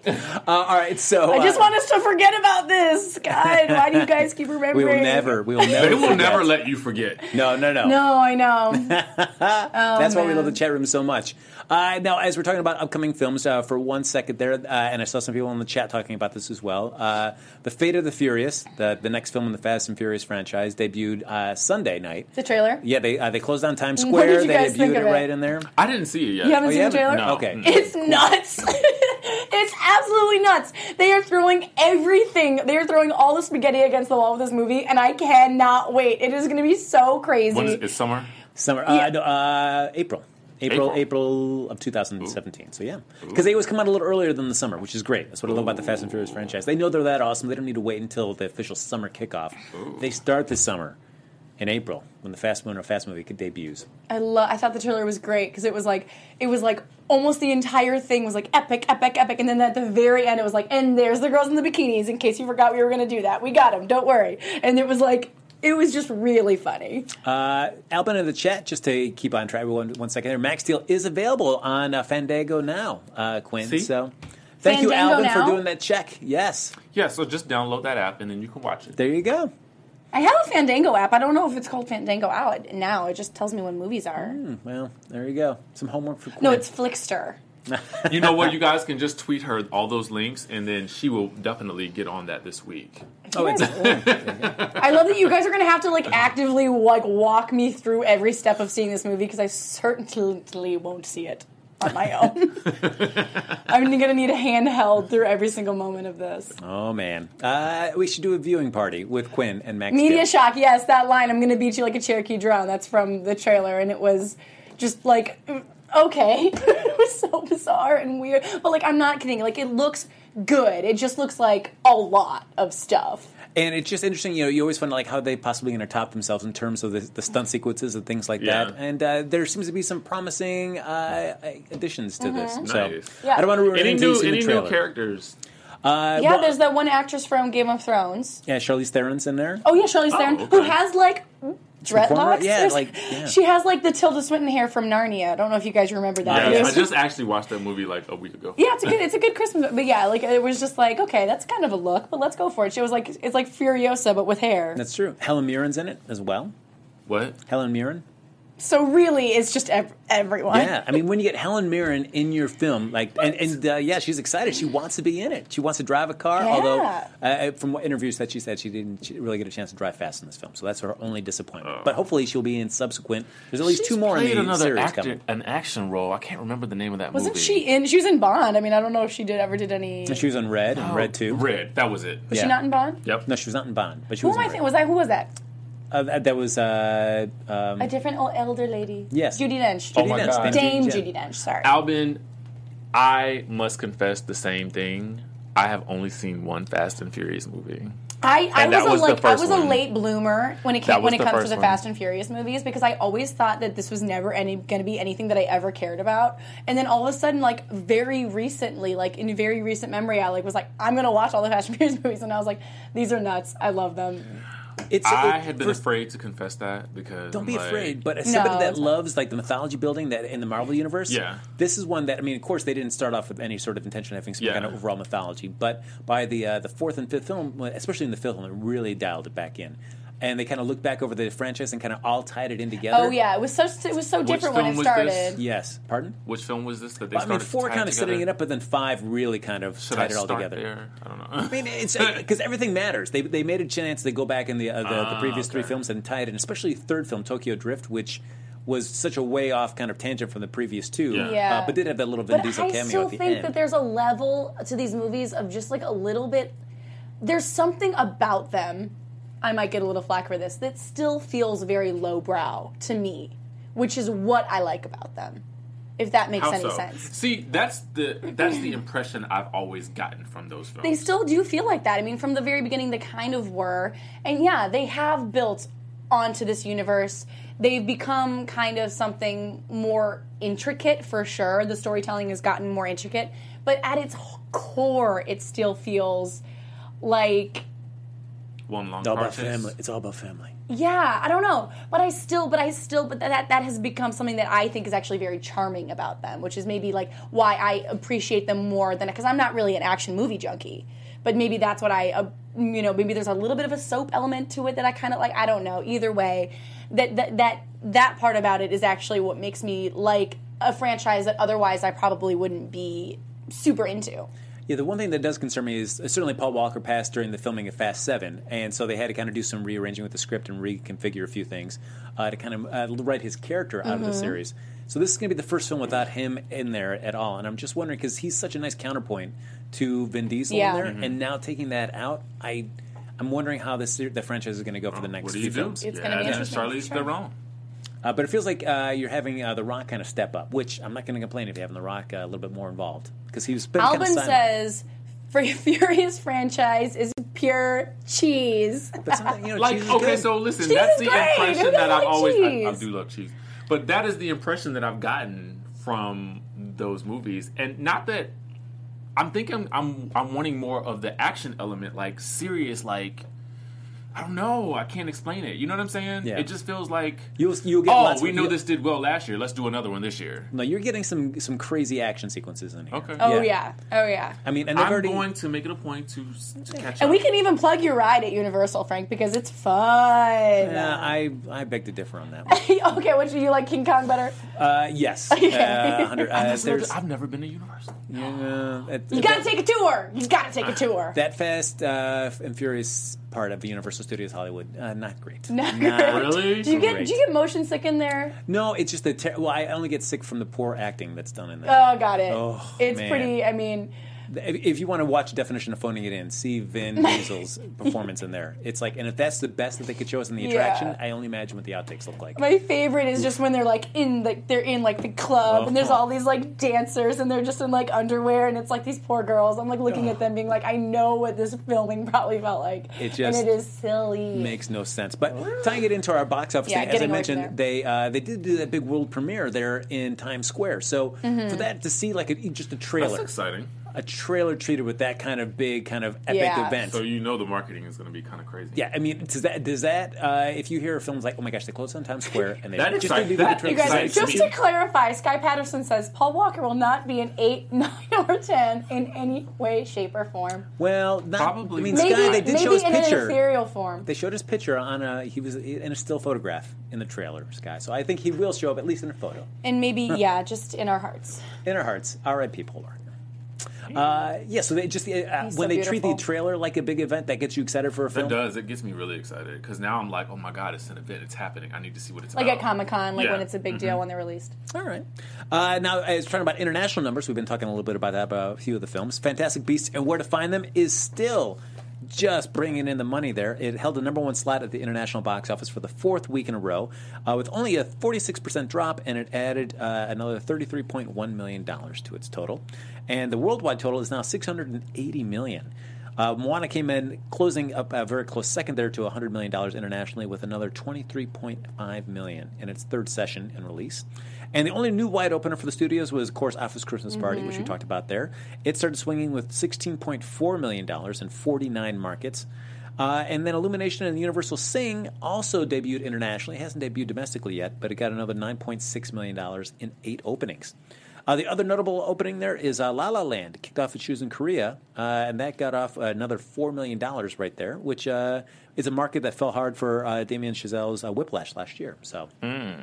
[SPEAKER 1] Uh, all right, so
[SPEAKER 3] I just
[SPEAKER 1] uh,
[SPEAKER 3] want us to forget about this. God, why do you guys keep remembering?
[SPEAKER 1] we will never, we will never,
[SPEAKER 4] they will
[SPEAKER 1] forget.
[SPEAKER 4] never let you forget.
[SPEAKER 1] No, no, no.
[SPEAKER 3] No, I know. Oh,
[SPEAKER 1] That's why we love the chat room so much. Uh, now, as we're talking about upcoming films, uh, for one second there, uh, and I saw some people in the chat talking about this as well. Uh, the Fate of the Furious, the, the next film in the Fast and Furious franchise, debuted uh, Sunday night.
[SPEAKER 3] The trailer.
[SPEAKER 1] Yeah, they uh, they closed down Times
[SPEAKER 3] Mm, What
[SPEAKER 1] Square.
[SPEAKER 3] did you
[SPEAKER 1] They
[SPEAKER 3] guys
[SPEAKER 1] debuted
[SPEAKER 3] think
[SPEAKER 1] it
[SPEAKER 3] of it?
[SPEAKER 1] right in there.
[SPEAKER 4] I didn't see it yet. Oh,
[SPEAKER 3] You haven't
[SPEAKER 1] you
[SPEAKER 3] seen the
[SPEAKER 1] haven't?
[SPEAKER 3] trailer?
[SPEAKER 1] No. Okay.
[SPEAKER 3] It's nuts. it's absolutely nuts. They are throwing everything. They are throwing all the spaghetti against the wall with this movie, and I cannot wait. It is going to be so crazy.
[SPEAKER 4] When is, it's summer.
[SPEAKER 1] Summer, uh,
[SPEAKER 3] Yeah.
[SPEAKER 1] no, uh, April. April,
[SPEAKER 4] April.
[SPEAKER 1] April of 2017. So yeah, because they always come out a little earlier than the summer, which is great. That's what I love about the Fast and Furious franchise. They know they're that awesome. They don't need to wait until the official summer kickoff. They start this summer in April when the Fast Moon or Fast movie debuts.
[SPEAKER 3] I love. I thought the trailer was great because it was like it was like almost the entire thing was like epic, epic, epic, and then at the very end it was like, and there's the girls in the bikinis. In case you forgot we were going to do that, we got them. Don't worry. And it was like. It was just really funny.
[SPEAKER 1] Uh, Albin in the chat, just to keep on track, one, one second there. Max Steel is available on uh, Fandango now, uh, Quinn.
[SPEAKER 4] See?
[SPEAKER 1] So thank you,
[SPEAKER 3] Fandango
[SPEAKER 1] Albin, for
[SPEAKER 3] now?
[SPEAKER 1] doing that check. Yes,
[SPEAKER 4] Yeah, so just download that app and then you can watch it.
[SPEAKER 1] there you go.
[SPEAKER 3] I have a Fandango app. I don't know if it's called Fandango out now. It just tells me when movies are.
[SPEAKER 4] Hmm.
[SPEAKER 1] Well, there you go. Some homework for Quinn.
[SPEAKER 3] No, it's Flickster.
[SPEAKER 4] You know what? You guys can just tweet her all those links and then she will definitely get on that this week.
[SPEAKER 1] oh, it's
[SPEAKER 3] I love that you guys are going to have to like actively like walk me through every step of seeing this movie because I certainly won't see it on my own. I'm going to need a handheld through every single moment of this.
[SPEAKER 1] Oh man, uh, we should do a viewing party with Quinn and Max.
[SPEAKER 3] Media
[SPEAKER 1] Gill.
[SPEAKER 3] shock. Yes, that line. I'm going to beat you like a Cherokee drum. That's from the trailer, and it was just like okay. it was so bizarre and weird, but like I'm not kidding. Like it looks good. It just looks like a lot of stuff.
[SPEAKER 1] and it's just interesting. You know, you always find like how they possibly going to top themselves in terms of the, the stunt sequences and things like
[SPEAKER 4] Yeah.
[SPEAKER 1] that. And uh, there seems to be some promising uh, additions to this.
[SPEAKER 4] Nice.
[SPEAKER 1] So
[SPEAKER 3] Mm-hmm. Yeah.
[SPEAKER 1] I don't want to ruin
[SPEAKER 4] Any
[SPEAKER 1] anything
[SPEAKER 4] new
[SPEAKER 1] that's in the
[SPEAKER 4] any new
[SPEAKER 1] trailer.
[SPEAKER 4] characters?
[SPEAKER 1] Uh,
[SPEAKER 3] Yeah,
[SPEAKER 1] well,
[SPEAKER 3] there's that one actress from Game of Thrones.
[SPEAKER 1] yeah, Charlize Theron's in there.
[SPEAKER 3] Oh yeah, Charlize Theron,
[SPEAKER 4] okay.
[SPEAKER 3] who has like
[SPEAKER 1] the corner?
[SPEAKER 3] dreadlocks.
[SPEAKER 1] Yeah,
[SPEAKER 3] There's-
[SPEAKER 1] like, yeah.
[SPEAKER 3] she has like the Tilda Swinton hair from Narnia. I don't know if you guys remember that.
[SPEAKER 4] Yeah,
[SPEAKER 3] It
[SPEAKER 4] I
[SPEAKER 3] was-
[SPEAKER 4] just actually watched that movie like a week ago.
[SPEAKER 3] yeah, it's a good, it's a good Christmas. But yeah, like it was just like okay, that's kind of a look, but let's go for it. She was like, it's like Furiosa but with hair.
[SPEAKER 1] That's true. Helen Mirren's in it as well.
[SPEAKER 4] What?
[SPEAKER 1] Helen Mirren.
[SPEAKER 3] so really, it's just ev- everyone.
[SPEAKER 1] Yeah, I mean, when you get Helen Mirren in your film, like, and, and uh, yeah, she's excited. She wants to be in it. She wants to drive a car.
[SPEAKER 3] Yeah.
[SPEAKER 1] Although, uh, from what interviews that she said, she didn't she didn't really get a chance to drive fast in this film. So that's her only disappointment. But hopefully, she'll be in subsequent. There's at least
[SPEAKER 4] Oh. She's
[SPEAKER 1] two more in
[SPEAKER 4] played
[SPEAKER 1] the
[SPEAKER 4] another
[SPEAKER 1] series
[SPEAKER 4] actor-
[SPEAKER 1] coming.
[SPEAKER 4] an action role. I can't remember the name of that
[SPEAKER 3] Wasn't
[SPEAKER 4] movie.
[SPEAKER 3] she in? She was in Bond. I mean, I don't know if she did ever did any.
[SPEAKER 1] And she was on Red and Red Two.
[SPEAKER 4] Oh, Red. That was it.
[SPEAKER 3] Was
[SPEAKER 1] Yeah.
[SPEAKER 3] she not in Bond?
[SPEAKER 4] Yep.
[SPEAKER 1] No, she was not in Bond, but she
[SPEAKER 3] Who
[SPEAKER 1] was.
[SPEAKER 3] am
[SPEAKER 1] in
[SPEAKER 3] I
[SPEAKER 1] Red.
[SPEAKER 3] thinking? Was that who was that?
[SPEAKER 1] Uh, that that was uh, um,
[SPEAKER 3] A different old elder lady.
[SPEAKER 1] Yes.
[SPEAKER 3] Judy Dench.
[SPEAKER 4] Oh my
[SPEAKER 1] Judi Dench, Dame
[SPEAKER 4] God.
[SPEAKER 3] Dame
[SPEAKER 1] Judi Dench.
[SPEAKER 3] Judy Dench. Sorry.
[SPEAKER 4] Albin, I must confess the same thing. I have only seen one Fast and Furious movie.
[SPEAKER 3] I, I
[SPEAKER 4] And that
[SPEAKER 3] was,
[SPEAKER 4] was
[SPEAKER 3] a
[SPEAKER 4] the
[SPEAKER 3] like I
[SPEAKER 4] first
[SPEAKER 3] was a
[SPEAKER 4] one.
[SPEAKER 3] late bloomer when it
[SPEAKER 4] That
[SPEAKER 3] came, when
[SPEAKER 4] was
[SPEAKER 3] it
[SPEAKER 4] the
[SPEAKER 3] comes to
[SPEAKER 4] first
[SPEAKER 3] the
[SPEAKER 4] one.
[SPEAKER 3] Fast and Furious movies because I always thought that this was never any going to be anything that I ever cared about. And then all of a sudden, like very recently, like in very recent memory, I like was like I'm going to watch all the Fast and Furious movies, and I was like, these are nuts. I love them.
[SPEAKER 1] It's,
[SPEAKER 4] I
[SPEAKER 1] it-
[SPEAKER 4] had been
[SPEAKER 1] first-
[SPEAKER 4] afraid to confess that because
[SPEAKER 1] Don't be
[SPEAKER 4] like,
[SPEAKER 1] afraid. But as somebody that
[SPEAKER 3] it's fine.
[SPEAKER 1] loves like the mythology building that in the Marvel universe,
[SPEAKER 4] Yeah.
[SPEAKER 1] this is one that I mean, of course, they didn't start off with any sort of intention of having some
[SPEAKER 4] Yeah.
[SPEAKER 1] kind of overall mythology. But by the uh, the fourth and fifth film, especially in the fifth one, it really dialed it back in, and they kind of looked back over the franchise and kind of all tied it in together.
[SPEAKER 3] Oh yeah, it was so it was so different when
[SPEAKER 4] film
[SPEAKER 3] it
[SPEAKER 4] was this?
[SPEAKER 3] started.
[SPEAKER 1] Yes. Pardon.
[SPEAKER 4] which film was this that they
[SPEAKER 1] Well, I
[SPEAKER 4] started?
[SPEAKER 1] mean, four
[SPEAKER 4] to tie
[SPEAKER 1] kind of
[SPEAKER 4] together?
[SPEAKER 1] setting it up, but then five really kind of
[SPEAKER 4] Should
[SPEAKER 1] tied
[SPEAKER 4] I
[SPEAKER 1] it all
[SPEAKER 4] start
[SPEAKER 1] together.
[SPEAKER 4] there? I don't know.
[SPEAKER 1] I mean, it's because everything matters. They they made a chance to go back in the uh, the, the previous three films and tie it in, especially third film Tokyo Drift, which was such a way off kind of tangent from the previous two.
[SPEAKER 4] Yeah.
[SPEAKER 3] Yeah.
[SPEAKER 1] Uh, but did have that little Vin
[SPEAKER 5] But
[SPEAKER 1] Diesel
[SPEAKER 5] I
[SPEAKER 1] cameo
[SPEAKER 5] still
[SPEAKER 1] at the
[SPEAKER 5] think
[SPEAKER 1] end.
[SPEAKER 5] that there's a level to these movies of just like a little bit.
[SPEAKER 3] There's something about them. I might get a little flack for this that still feels very lowbrow to me, which is what I like about them. If that makes
[SPEAKER 4] How
[SPEAKER 3] any
[SPEAKER 4] so?
[SPEAKER 3] sense.
[SPEAKER 4] See, that's the that's the impression I've always gotten from those films.
[SPEAKER 3] they still do feel like that. I mean, from the very beginning, they kind of were. And yeah, they have built onto this universe. They've become kind of something more intricate for sure. The storytelling has gotten more intricate. But at its core, it still feels like
[SPEAKER 4] One long
[SPEAKER 1] it's all about
[SPEAKER 4] Purchase.
[SPEAKER 1] family. It's all about family.
[SPEAKER 3] yeah i don't know but i still but i still but that that has become something that i think is actually very charming about them which is maybe like why i appreciate them more than because i'm not really an action movie junkie but maybe that's what i uh, you know maybe there's a little bit of a soap element to it that i kind of like i don't know either way that that that that part about it is actually what makes me like a franchise that otherwise i probably wouldn't be super into
[SPEAKER 1] Yeah, the one thing that does concern me is uh, certainly Paul Walker passed during the filming of Fast Seven, and so they had to kind of do some rearranging with the script and reconfigure a few things uh, to kind of uh, write his character out of the series. So this is going to be the first film without him in there at all, and I'm just wondering because he's such a nice counterpoint to Vin Diesel
[SPEAKER 3] Yeah.
[SPEAKER 1] in
[SPEAKER 4] Mm-hmm.
[SPEAKER 1] there, and now taking that out, I. I'm wondering how this ser- the franchise is going to go for the next
[SPEAKER 4] Uh, What do
[SPEAKER 1] few
[SPEAKER 4] you do?
[SPEAKER 1] films,
[SPEAKER 3] It's gonna be
[SPEAKER 4] then
[SPEAKER 3] interesting,
[SPEAKER 4] Charlize
[SPEAKER 3] sure.
[SPEAKER 4] Theron.
[SPEAKER 1] uh, but it feels like uh, you're having uh, The Rock kind of step up, which I'm not going to complain if you having The Rock uh, a little bit more involved because he was been kind of
[SPEAKER 3] Albin
[SPEAKER 1] silent.
[SPEAKER 3] says, "Fur- "Furious franchise is pure cheese."
[SPEAKER 1] But something, you know,
[SPEAKER 4] Like,
[SPEAKER 1] cheese is
[SPEAKER 4] okay,
[SPEAKER 1] good.
[SPEAKER 4] so listen,
[SPEAKER 3] Cheese
[SPEAKER 4] that's
[SPEAKER 3] is
[SPEAKER 4] the
[SPEAKER 3] great. Who
[SPEAKER 4] impression that I've
[SPEAKER 3] doesn't
[SPEAKER 4] always.
[SPEAKER 3] like
[SPEAKER 4] I, I
[SPEAKER 3] cheese?
[SPEAKER 4] do love cheese, but that is the impression that I've gotten from those movies, and not that. I'm thinking I'm I'm wanting more of the action element, like serious, like I don't know, I can't explain it. You know what I'm saying?
[SPEAKER 1] Yeah.
[SPEAKER 4] It just feels like
[SPEAKER 1] You'll- you'll get
[SPEAKER 4] oh,
[SPEAKER 1] lots
[SPEAKER 4] we
[SPEAKER 1] of-
[SPEAKER 4] know
[SPEAKER 1] you'll-
[SPEAKER 4] this did well last year. Let's do another one this year.
[SPEAKER 1] No, you're getting some some crazy action sequences in here.
[SPEAKER 4] Okay.
[SPEAKER 3] Oh
[SPEAKER 1] Yeah.
[SPEAKER 3] yeah, oh yeah.
[SPEAKER 1] I mean, and they've
[SPEAKER 4] I'm
[SPEAKER 1] already
[SPEAKER 4] going to make it a point to, to catch
[SPEAKER 3] and
[SPEAKER 4] up.
[SPEAKER 3] we can even plug your ride at Universal, Frank, because it's fun.
[SPEAKER 1] Uh, I I beg to differ on that. One.
[SPEAKER 3] okay, which do you like, King Kong better?
[SPEAKER 1] Uh, yes, uh, 100,
[SPEAKER 4] I've
[SPEAKER 1] uh,
[SPEAKER 4] never-
[SPEAKER 1] there's
[SPEAKER 4] I've never been to Universal.
[SPEAKER 1] yeah, that-
[SPEAKER 3] You gotta take a tour. You gotta take a tour.
[SPEAKER 1] Ah, that fast uh, and furious part of Universal Studios Hollywood. Uh, not great.
[SPEAKER 3] Not
[SPEAKER 4] Really?
[SPEAKER 3] do you get do you get motion sick in there?
[SPEAKER 1] No, it's just the ter- well. I only get sick from the poor acting that's done in there.
[SPEAKER 3] Oh, got it.
[SPEAKER 1] Oh,
[SPEAKER 3] it's
[SPEAKER 1] man.
[SPEAKER 3] pretty. I mean,
[SPEAKER 1] if, if you want to watch definition of phoning it in, see Vin Diesel's performance in there. It's like, and if that's the best that they could show us in the
[SPEAKER 3] Yeah.
[SPEAKER 1] attraction, I only imagine what the outtakes look like.
[SPEAKER 3] My favorite is just when they're like in like they're in like the club and there's
[SPEAKER 1] Oh.
[SPEAKER 3] all these like dancers and they're just in like underwear and it's like these poor girls. I'm like looking at them being like, I know what this filming probably felt like.
[SPEAKER 1] It just
[SPEAKER 3] and it is silly.
[SPEAKER 1] makes no sense. But tying it into our box office
[SPEAKER 3] Yeah,
[SPEAKER 1] thing, as I
[SPEAKER 3] getting away from
[SPEAKER 1] mentioned,
[SPEAKER 3] there.
[SPEAKER 1] they uh, they did do that
[SPEAKER 3] Mm-hmm.
[SPEAKER 1] big world premiere there in Times Square. So for that to see like a, just a trailer,
[SPEAKER 4] That's exciting.
[SPEAKER 1] a trailer treated with that kind of big kind of epic
[SPEAKER 3] Yeah.
[SPEAKER 1] event.
[SPEAKER 4] So you know the marketing is going to be kind of crazy.
[SPEAKER 1] yeah, I mean, does that does that uh, if you hear films like, oh my gosh, they closed on Times Square and they
[SPEAKER 4] That
[SPEAKER 1] just
[SPEAKER 4] excites-
[SPEAKER 1] didn't do the
[SPEAKER 4] that
[SPEAKER 1] trailer
[SPEAKER 3] You guys,
[SPEAKER 4] Excites
[SPEAKER 3] just
[SPEAKER 4] me.
[SPEAKER 3] to clarify, Sky Patterson says Paul Walker will not be an eight, nine, or ten in any way, shape, or form.
[SPEAKER 1] Well, not,
[SPEAKER 4] Probably
[SPEAKER 1] I mean,
[SPEAKER 4] not.
[SPEAKER 1] Sky,
[SPEAKER 3] Maybe,
[SPEAKER 1] they did
[SPEAKER 3] maybe
[SPEAKER 1] show his
[SPEAKER 3] in an
[SPEAKER 1] picture.
[SPEAKER 3] ethereal form.
[SPEAKER 1] They showed his picture on a he was in a still photograph in the trailer, Sky. So I think he will show up at least in a photo.
[SPEAKER 3] and maybe, yeah, just in our hearts.
[SPEAKER 1] In our hearts, R.I.P. Paul Walker. Uh, yeah, so they just uh, uh, when
[SPEAKER 3] He's so
[SPEAKER 1] they treat the
[SPEAKER 3] beautiful.
[SPEAKER 1] trailer like a big event, that gets you excited for a film.
[SPEAKER 4] That does. It gets me really excited because now I'm like, oh my god, it's an event. It's happening. I need to see what it's
[SPEAKER 3] Like
[SPEAKER 4] about.
[SPEAKER 3] at Comic Con, like
[SPEAKER 4] Oh. Yeah.
[SPEAKER 3] when it's a big deal when they're released.
[SPEAKER 1] All right. Uh, now, as talking about international numbers, we've been talking a little bit about that about a few of the films. Fantastic Beasts and Where to Find Them is still just bringing in the money there. It held the number one slot at the international box office for the fourth week in a row, uh, with only a 46% drop, and it added uh, another $33.1 million to its total. And the worldwide total is now $680 million. Uh, Moana came in closing up a very close second there to $100 million internationally with another $23.5 million in its third session and release. And the only new wide opener for the studios was, of course, Office Christmas Party, which we talked about there. It started swinging with $16.4 million in 49 markets. Uh, and then Illumination and Universal Sing also debuted internationally. It hasn't debuted domestically yet, but it got another $9.6 million in eight openings. Uh, the other notable opening there is uh, La La Land, kicked off its shoes in Korea, uh, and that got off another $4 million right there, which uh, is a market that fell hard for uh, Damien Chazelle's uh, Whiplash last year. So,
[SPEAKER 3] Hmm.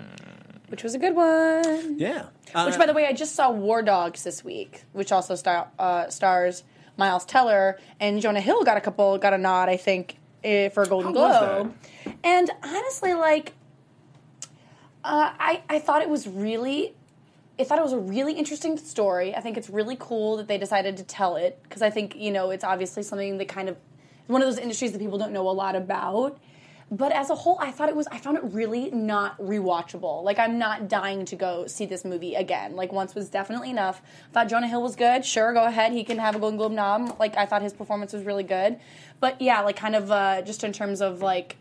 [SPEAKER 3] Which was a good one.
[SPEAKER 1] yeah. Uh,
[SPEAKER 3] Which, by the way, I just saw War Dogs this week, which also star, uh, stars Miles Teller and Jonah Hill. Got a couple, got a nod, I think, eh, for a Golden
[SPEAKER 4] How was
[SPEAKER 3] Globe. And honestly, like, uh, I I thought it was really. I thought it was a really interesting story. I think it's really cool that they decided to tell it because I think you know it's obviously something that kind of one of those industries that people don't know a lot about. But as a whole, I thought it was I found it really not rewatchable. Like I'm not dying to go see this movie again. Like once was definitely enough. I thought Jonah Hill was good. Sure, go ahead. He can have a Golden Globe nom. Like I thought his performance was really good. But yeah, like kind of uh, just in terms of like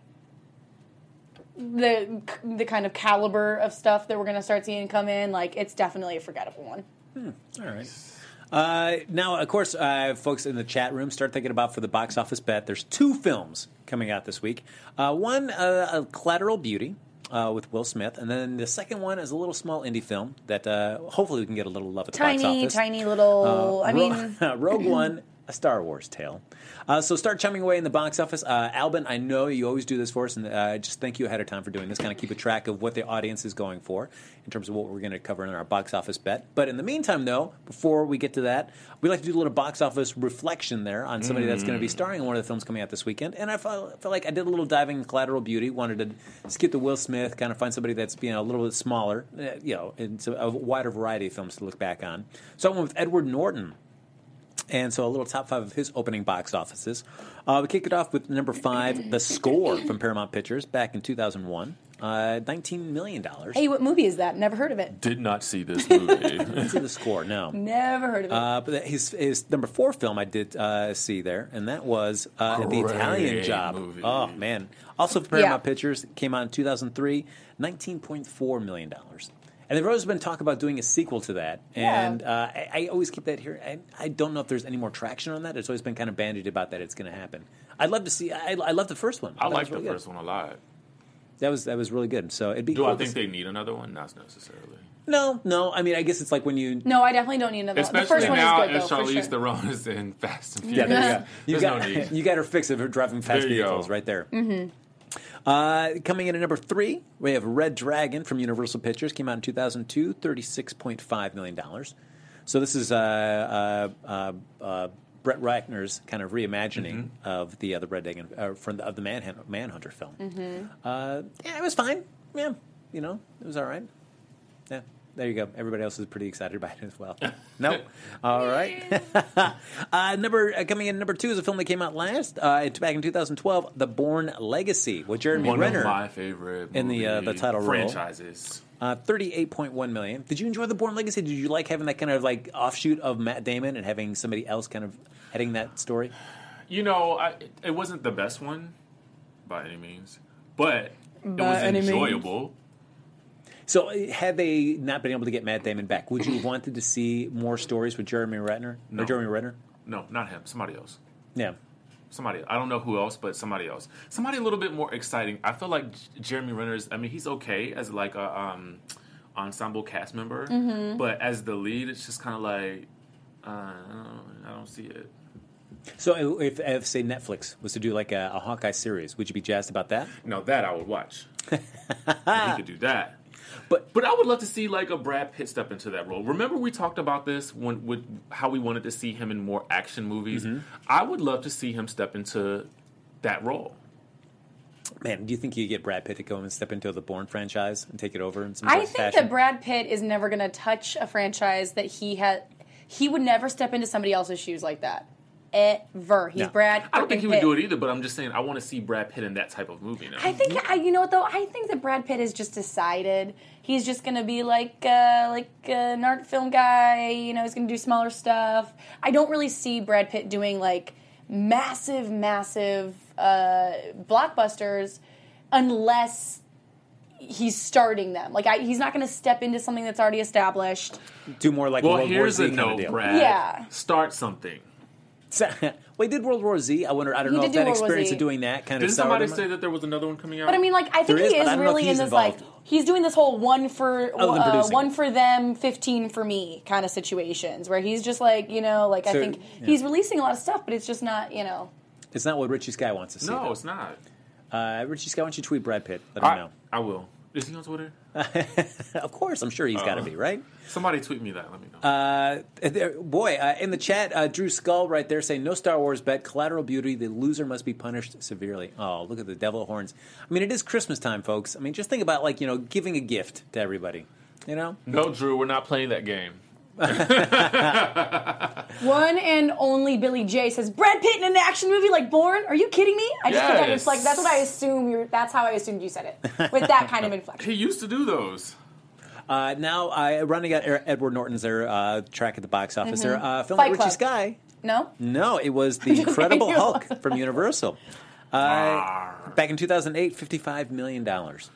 [SPEAKER 3] the the kind of caliber of stuff that we're gonna start seeing come in, like it's definitely a forgettable one.
[SPEAKER 1] All right. Uh, now, of course, uh, folks in the chat room, start thinking about for the box office bet. There's two films coming out this week. Uh, one, uh, uh, Collateral Beauty uh, with Will Smith, and then the second one is a little small indie film that uh, hopefully we can get a little love at the box
[SPEAKER 3] Tiny,
[SPEAKER 1] office. Uh,
[SPEAKER 3] tiny little. I
[SPEAKER 1] Ro-
[SPEAKER 3] mean,
[SPEAKER 1] Rogue One, a Star Wars tale. Uh, so start chumming away in the box office. Uh, Albin, I know you always do this for us, and uh, just thank you ahead of time for doing this. Kind of keep a track of what the audience is going for in terms of what we're going to cover in our box office bet. But in the meantime, though, before we get to that, we like to do a little box office reflection there on somebody that's going to be starring in one of the films coming out this weekend. And I felt, felt like I did a little diving in Collateral Beauty, wanted to skip the Will Smith, kind of find somebody that's being a little bit smaller, uh, you know, and so a wider variety of films to look back on. So I went with Edward Norton. And so a little top five of his opening box offices. Uh, we kick it off with number five, The Score from Paramount Pictures back in 2001. Uh, $19 million.
[SPEAKER 3] hey, what movie is that? Never heard of it.
[SPEAKER 4] Did not see this movie.
[SPEAKER 1] To the score, no.
[SPEAKER 3] Never heard of it.
[SPEAKER 1] Uh, but his, his number four film I did uh, see there, and that was uh, The Italian
[SPEAKER 4] Great
[SPEAKER 1] Job.
[SPEAKER 4] movie.
[SPEAKER 1] Oh, man. Also for Paramount
[SPEAKER 3] Yeah.
[SPEAKER 1] Pictures, came out in 2003, $19.4 million. And there's always been talk about doing a sequel to that.
[SPEAKER 3] Yeah.
[SPEAKER 1] And uh, I, I always keep that here. I, I don't know if there's any more traction on that. It's always been kind of bandied about that it's going to happen. I'd love to see. I, I love the first one.
[SPEAKER 4] I
[SPEAKER 1] That was
[SPEAKER 4] like the
[SPEAKER 1] really good.
[SPEAKER 4] first one a lot.
[SPEAKER 1] That was that was really good. So it'd be.
[SPEAKER 4] Do
[SPEAKER 1] cool
[SPEAKER 4] I
[SPEAKER 1] to
[SPEAKER 4] think
[SPEAKER 1] see-
[SPEAKER 4] they need another one? Not necessarily.
[SPEAKER 1] No, no. I mean, I guess it's like when you.
[SPEAKER 3] no, I definitely don't need another one. The
[SPEAKER 4] Especially
[SPEAKER 3] first one
[SPEAKER 4] now
[SPEAKER 3] is good
[SPEAKER 4] as
[SPEAKER 3] though. for
[SPEAKER 4] Charlize
[SPEAKER 3] sure.
[SPEAKER 4] Theron is in Fast and
[SPEAKER 1] Yeah,
[SPEAKER 4] Furious.
[SPEAKER 1] there you go. You
[SPEAKER 4] There's
[SPEAKER 1] got,
[SPEAKER 4] no need.
[SPEAKER 1] you got her fix it for driving fast
[SPEAKER 4] There you
[SPEAKER 1] vehicles
[SPEAKER 4] go.
[SPEAKER 1] right there. Uh, coming in at number three, we have Red Dragon from Universal Pictures. Came out in 2002, $36.5 million. So this is uh, uh, uh, uh, Brett Ratner's kind of reimagining
[SPEAKER 4] Mm-hmm.
[SPEAKER 1] of the other Red Dragon uh, from the, of the Manhunter, Manhunter film. Uh, yeah, it was fine. Yeah, you know, it was all right. Yeah, there you go. Everybody else is pretty excited about it as well. no, all right. Uh, number uh, coming in number two is a film that came out last uh, it- back in 2012, The Born Legacy with Jeremy
[SPEAKER 4] One
[SPEAKER 1] Renner.
[SPEAKER 4] of my favorite
[SPEAKER 1] in the, uh, the
[SPEAKER 4] movie
[SPEAKER 1] title role.
[SPEAKER 4] franchises.
[SPEAKER 1] Uh, 38.1 million. Did you enjoy The Born Legacy? Did you like having that kind of like offshoot of Matt Damon and having somebody else kind of heading that story?
[SPEAKER 4] You know, I, it- it wasn't the best one by any means, but it was
[SPEAKER 3] any means.
[SPEAKER 4] enjoyable.
[SPEAKER 1] So uh, had they not been able to get Matt Damon back, would you have wanted to see more stories with Jeremy Renner?
[SPEAKER 4] No.
[SPEAKER 1] Or Jeremy Renner?
[SPEAKER 4] No, not him. Somebody else.
[SPEAKER 1] Yeah.
[SPEAKER 4] Somebody. I don't know who else, but somebody else. Somebody a little bit more exciting. I feel like J- Jeremy Renner's. I mean, he's okay as like a um, ensemble cast member, but as the lead, it's just kind of like uh, I, don't, I don't see it.
[SPEAKER 1] So if, if say Netflix was to do like a, a Hawkeye series, would you be jazzed about that?
[SPEAKER 4] No, that I would watch. If he could do that.
[SPEAKER 1] But
[SPEAKER 4] But I would love to see like a Brad Pitt step into that role. Remember we talked about this when with how we wanted to see him in more action movies. I would love to see him step into that role.
[SPEAKER 1] man, do you think you get Brad Pitt to go and step into the Bourne franchise and take it over in some
[SPEAKER 3] I
[SPEAKER 1] sort of
[SPEAKER 3] think
[SPEAKER 1] fashion?
[SPEAKER 3] that Brad Pitt is never going to touch a franchise that he had. He would never step into somebody else's shoes like that. Ever. He's
[SPEAKER 1] No.
[SPEAKER 3] Brad.
[SPEAKER 4] I don't think
[SPEAKER 3] frickin'
[SPEAKER 4] he would
[SPEAKER 3] Pitt.
[SPEAKER 4] do it either, but I'm just saying I want to see Brad Pitt in that type of movie now.
[SPEAKER 3] I think I, you know what though. I think that Brad Pitt has just decided he's just gonna be like uh, like uh, an art film guy. You know, he's gonna do smaller stuff. I don't really see Brad Pitt doing like massive, massive uh, blockbusters unless he's starting them. Like I, he's not gonna step into something that's already established.
[SPEAKER 1] do more like
[SPEAKER 4] well,
[SPEAKER 1] World
[SPEAKER 4] here's
[SPEAKER 1] War
[SPEAKER 4] a
[SPEAKER 1] Z kind
[SPEAKER 4] no,
[SPEAKER 1] of deal.
[SPEAKER 4] Brad.
[SPEAKER 3] Yeah.
[SPEAKER 4] Start something.
[SPEAKER 1] well, he did World War Z. I wonder. I don't
[SPEAKER 3] He
[SPEAKER 1] know
[SPEAKER 3] did
[SPEAKER 1] if
[SPEAKER 3] do
[SPEAKER 1] that
[SPEAKER 3] World War
[SPEAKER 1] experience
[SPEAKER 3] Z.
[SPEAKER 1] of doing that kind
[SPEAKER 4] Didn't
[SPEAKER 1] of. soured
[SPEAKER 4] somebody
[SPEAKER 1] him.
[SPEAKER 4] say that there was another one coming out?
[SPEAKER 3] But I mean, like I think
[SPEAKER 1] There is,
[SPEAKER 3] he
[SPEAKER 1] but I don't
[SPEAKER 3] is
[SPEAKER 1] know if
[SPEAKER 3] really in
[SPEAKER 1] he's
[SPEAKER 3] this
[SPEAKER 1] involved.
[SPEAKER 3] like he's doing this whole one for
[SPEAKER 1] Other than
[SPEAKER 3] uh,
[SPEAKER 1] producing
[SPEAKER 3] one
[SPEAKER 1] it.
[SPEAKER 3] for them, fifteen for me kind of situations where he's just like you know like I
[SPEAKER 1] So,
[SPEAKER 3] think
[SPEAKER 1] yeah.
[SPEAKER 3] he's releasing a lot of stuff, but it's just not you know.
[SPEAKER 1] it's not what Richie Sky wants to see.
[SPEAKER 4] no,
[SPEAKER 1] though.
[SPEAKER 4] it's not.
[SPEAKER 1] Uh, Richie Sky, why don't you tweet Brad Pitt? Let
[SPEAKER 4] I,
[SPEAKER 1] him know.
[SPEAKER 4] I will. Is he on Twitter?
[SPEAKER 1] Of course, I'm sure he's
[SPEAKER 4] Uh.
[SPEAKER 1] got to be right.
[SPEAKER 4] Somebody tweet me that. Let me know.
[SPEAKER 1] Uh, there- boy, uh, in the chat, uh, Drew Skull right there saying, "No Star Wars bet. Collateral Beauty. The loser must be punished severely." Oh, look at the devil horns. I mean, it is Christmas time, folks. I mean, just think about like you know giving a gift to everybody. You know,
[SPEAKER 4] no, Drew, we're not playing that game.
[SPEAKER 3] One and only Billy J says Brad Pitt in an action movie like Born. Are you kidding me? I just think I
[SPEAKER 4] Yes.
[SPEAKER 3] was like that's what I assume. You're, that's how I assumed you said it with that kind of inflection.
[SPEAKER 4] He used to do those.
[SPEAKER 1] uh, now uh, running out Er- Edward Norton's their uh, track at the box office. There, uh, film
[SPEAKER 3] Mm-hmm. Fight
[SPEAKER 1] Richie
[SPEAKER 3] Club.
[SPEAKER 1] Sky.
[SPEAKER 3] No,
[SPEAKER 1] No, it was the Incredible
[SPEAKER 3] kidding.
[SPEAKER 1] Hulk from Universal. Uh,
[SPEAKER 4] Arr.
[SPEAKER 1] Back in 2008, 55 million dollars.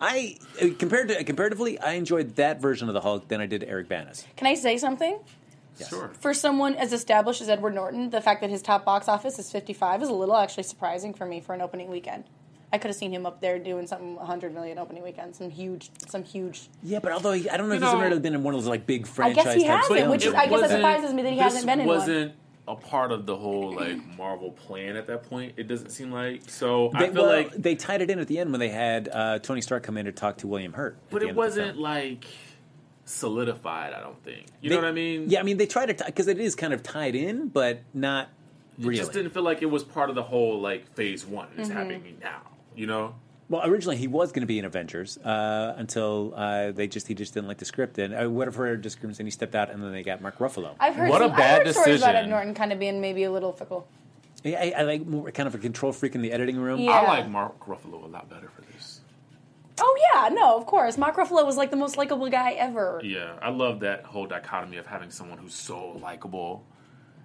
[SPEAKER 1] I uh, compared to comparatively, I enjoyed that version of the Hulk than I did Eric Bana's.
[SPEAKER 3] can I say something?
[SPEAKER 4] Sure.
[SPEAKER 3] for someone as established as Edward Norton, the fact that his top box office is 55 is a little actually surprising for me for an opening weekend. I could have seen him up there doing something 100 million opening weekend, some huge, some huge.
[SPEAKER 1] Yeah, but although he, I don't know if
[SPEAKER 4] You
[SPEAKER 1] he's
[SPEAKER 4] know-
[SPEAKER 1] ever been in one of those like big
[SPEAKER 3] I
[SPEAKER 1] franchise.
[SPEAKER 3] guess he
[SPEAKER 1] type
[SPEAKER 3] hasn't,
[SPEAKER 1] films.
[SPEAKER 3] which is-
[SPEAKER 4] it
[SPEAKER 3] I guess it
[SPEAKER 4] wasn't-
[SPEAKER 3] surprises me that he
[SPEAKER 4] this
[SPEAKER 3] hasn't been in one.
[SPEAKER 4] wasn't a part of the whole like Marvel plan at that point. It doesn't seem like so.
[SPEAKER 1] They,
[SPEAKER 4] I feel
[SPEAKER 1] well,
[SPEAKER 4] like,
[SPEAKER 1] they tied it in at the end when they had uh, Tony Stark come in to talk to William Hurt. at
[SPEAKER 4] but
[SPEAKER 1] the
[SPEAKER 4] it
[SPEAKER 1] end of the film.
[SPEAKER 4] wasn't like solidified. I don't think. You know
[SPEAKER 1] They-
[SPEAKER 4] what I mean?
[SPEAKER 1] Yeah, I mean they tried to because it is kind of tied in, but not
[SPEAKER 4] It
[SPEAKER 1] really.
[SPEAKER 4] just didn't feel like it was part of the whole like phase one. It's
[SPEAKER 3] Mm-hmm.
[SPEAKER 4] happening now. You know.
[SPEAKER 1] Well, originally he was going to be in Avengers uh, until uh, they just he just didn't like the script and uh, whatever disagreements and he stepped out and then they got Mark Ruffalo.
[SPEAKER 3] I've heard,
[SPEAKER 4] What a
[SPEAKER 3] some,
[SPEAKER 4] bad
[SPEAKER 3] I've heard stories about
[SPEAKER 4] decision.
[SPEAKER 3] Ed Norton kind of being maybe a little fickle.
[SPEAKER 1] Yeah, I, I like more kind of a control freak in the editing room.
[SPEAKER 3] Yeah.
[SPEAKER 4] I like Mark Ruffalo a lot better for this.
[SPEAKER 3] Oh yeah, no, of course. Mark Ruffalo was like the most likable guy ever.
[SPEAKER 4] Yeah, I love that whole dichotomy of having someone who's so likable,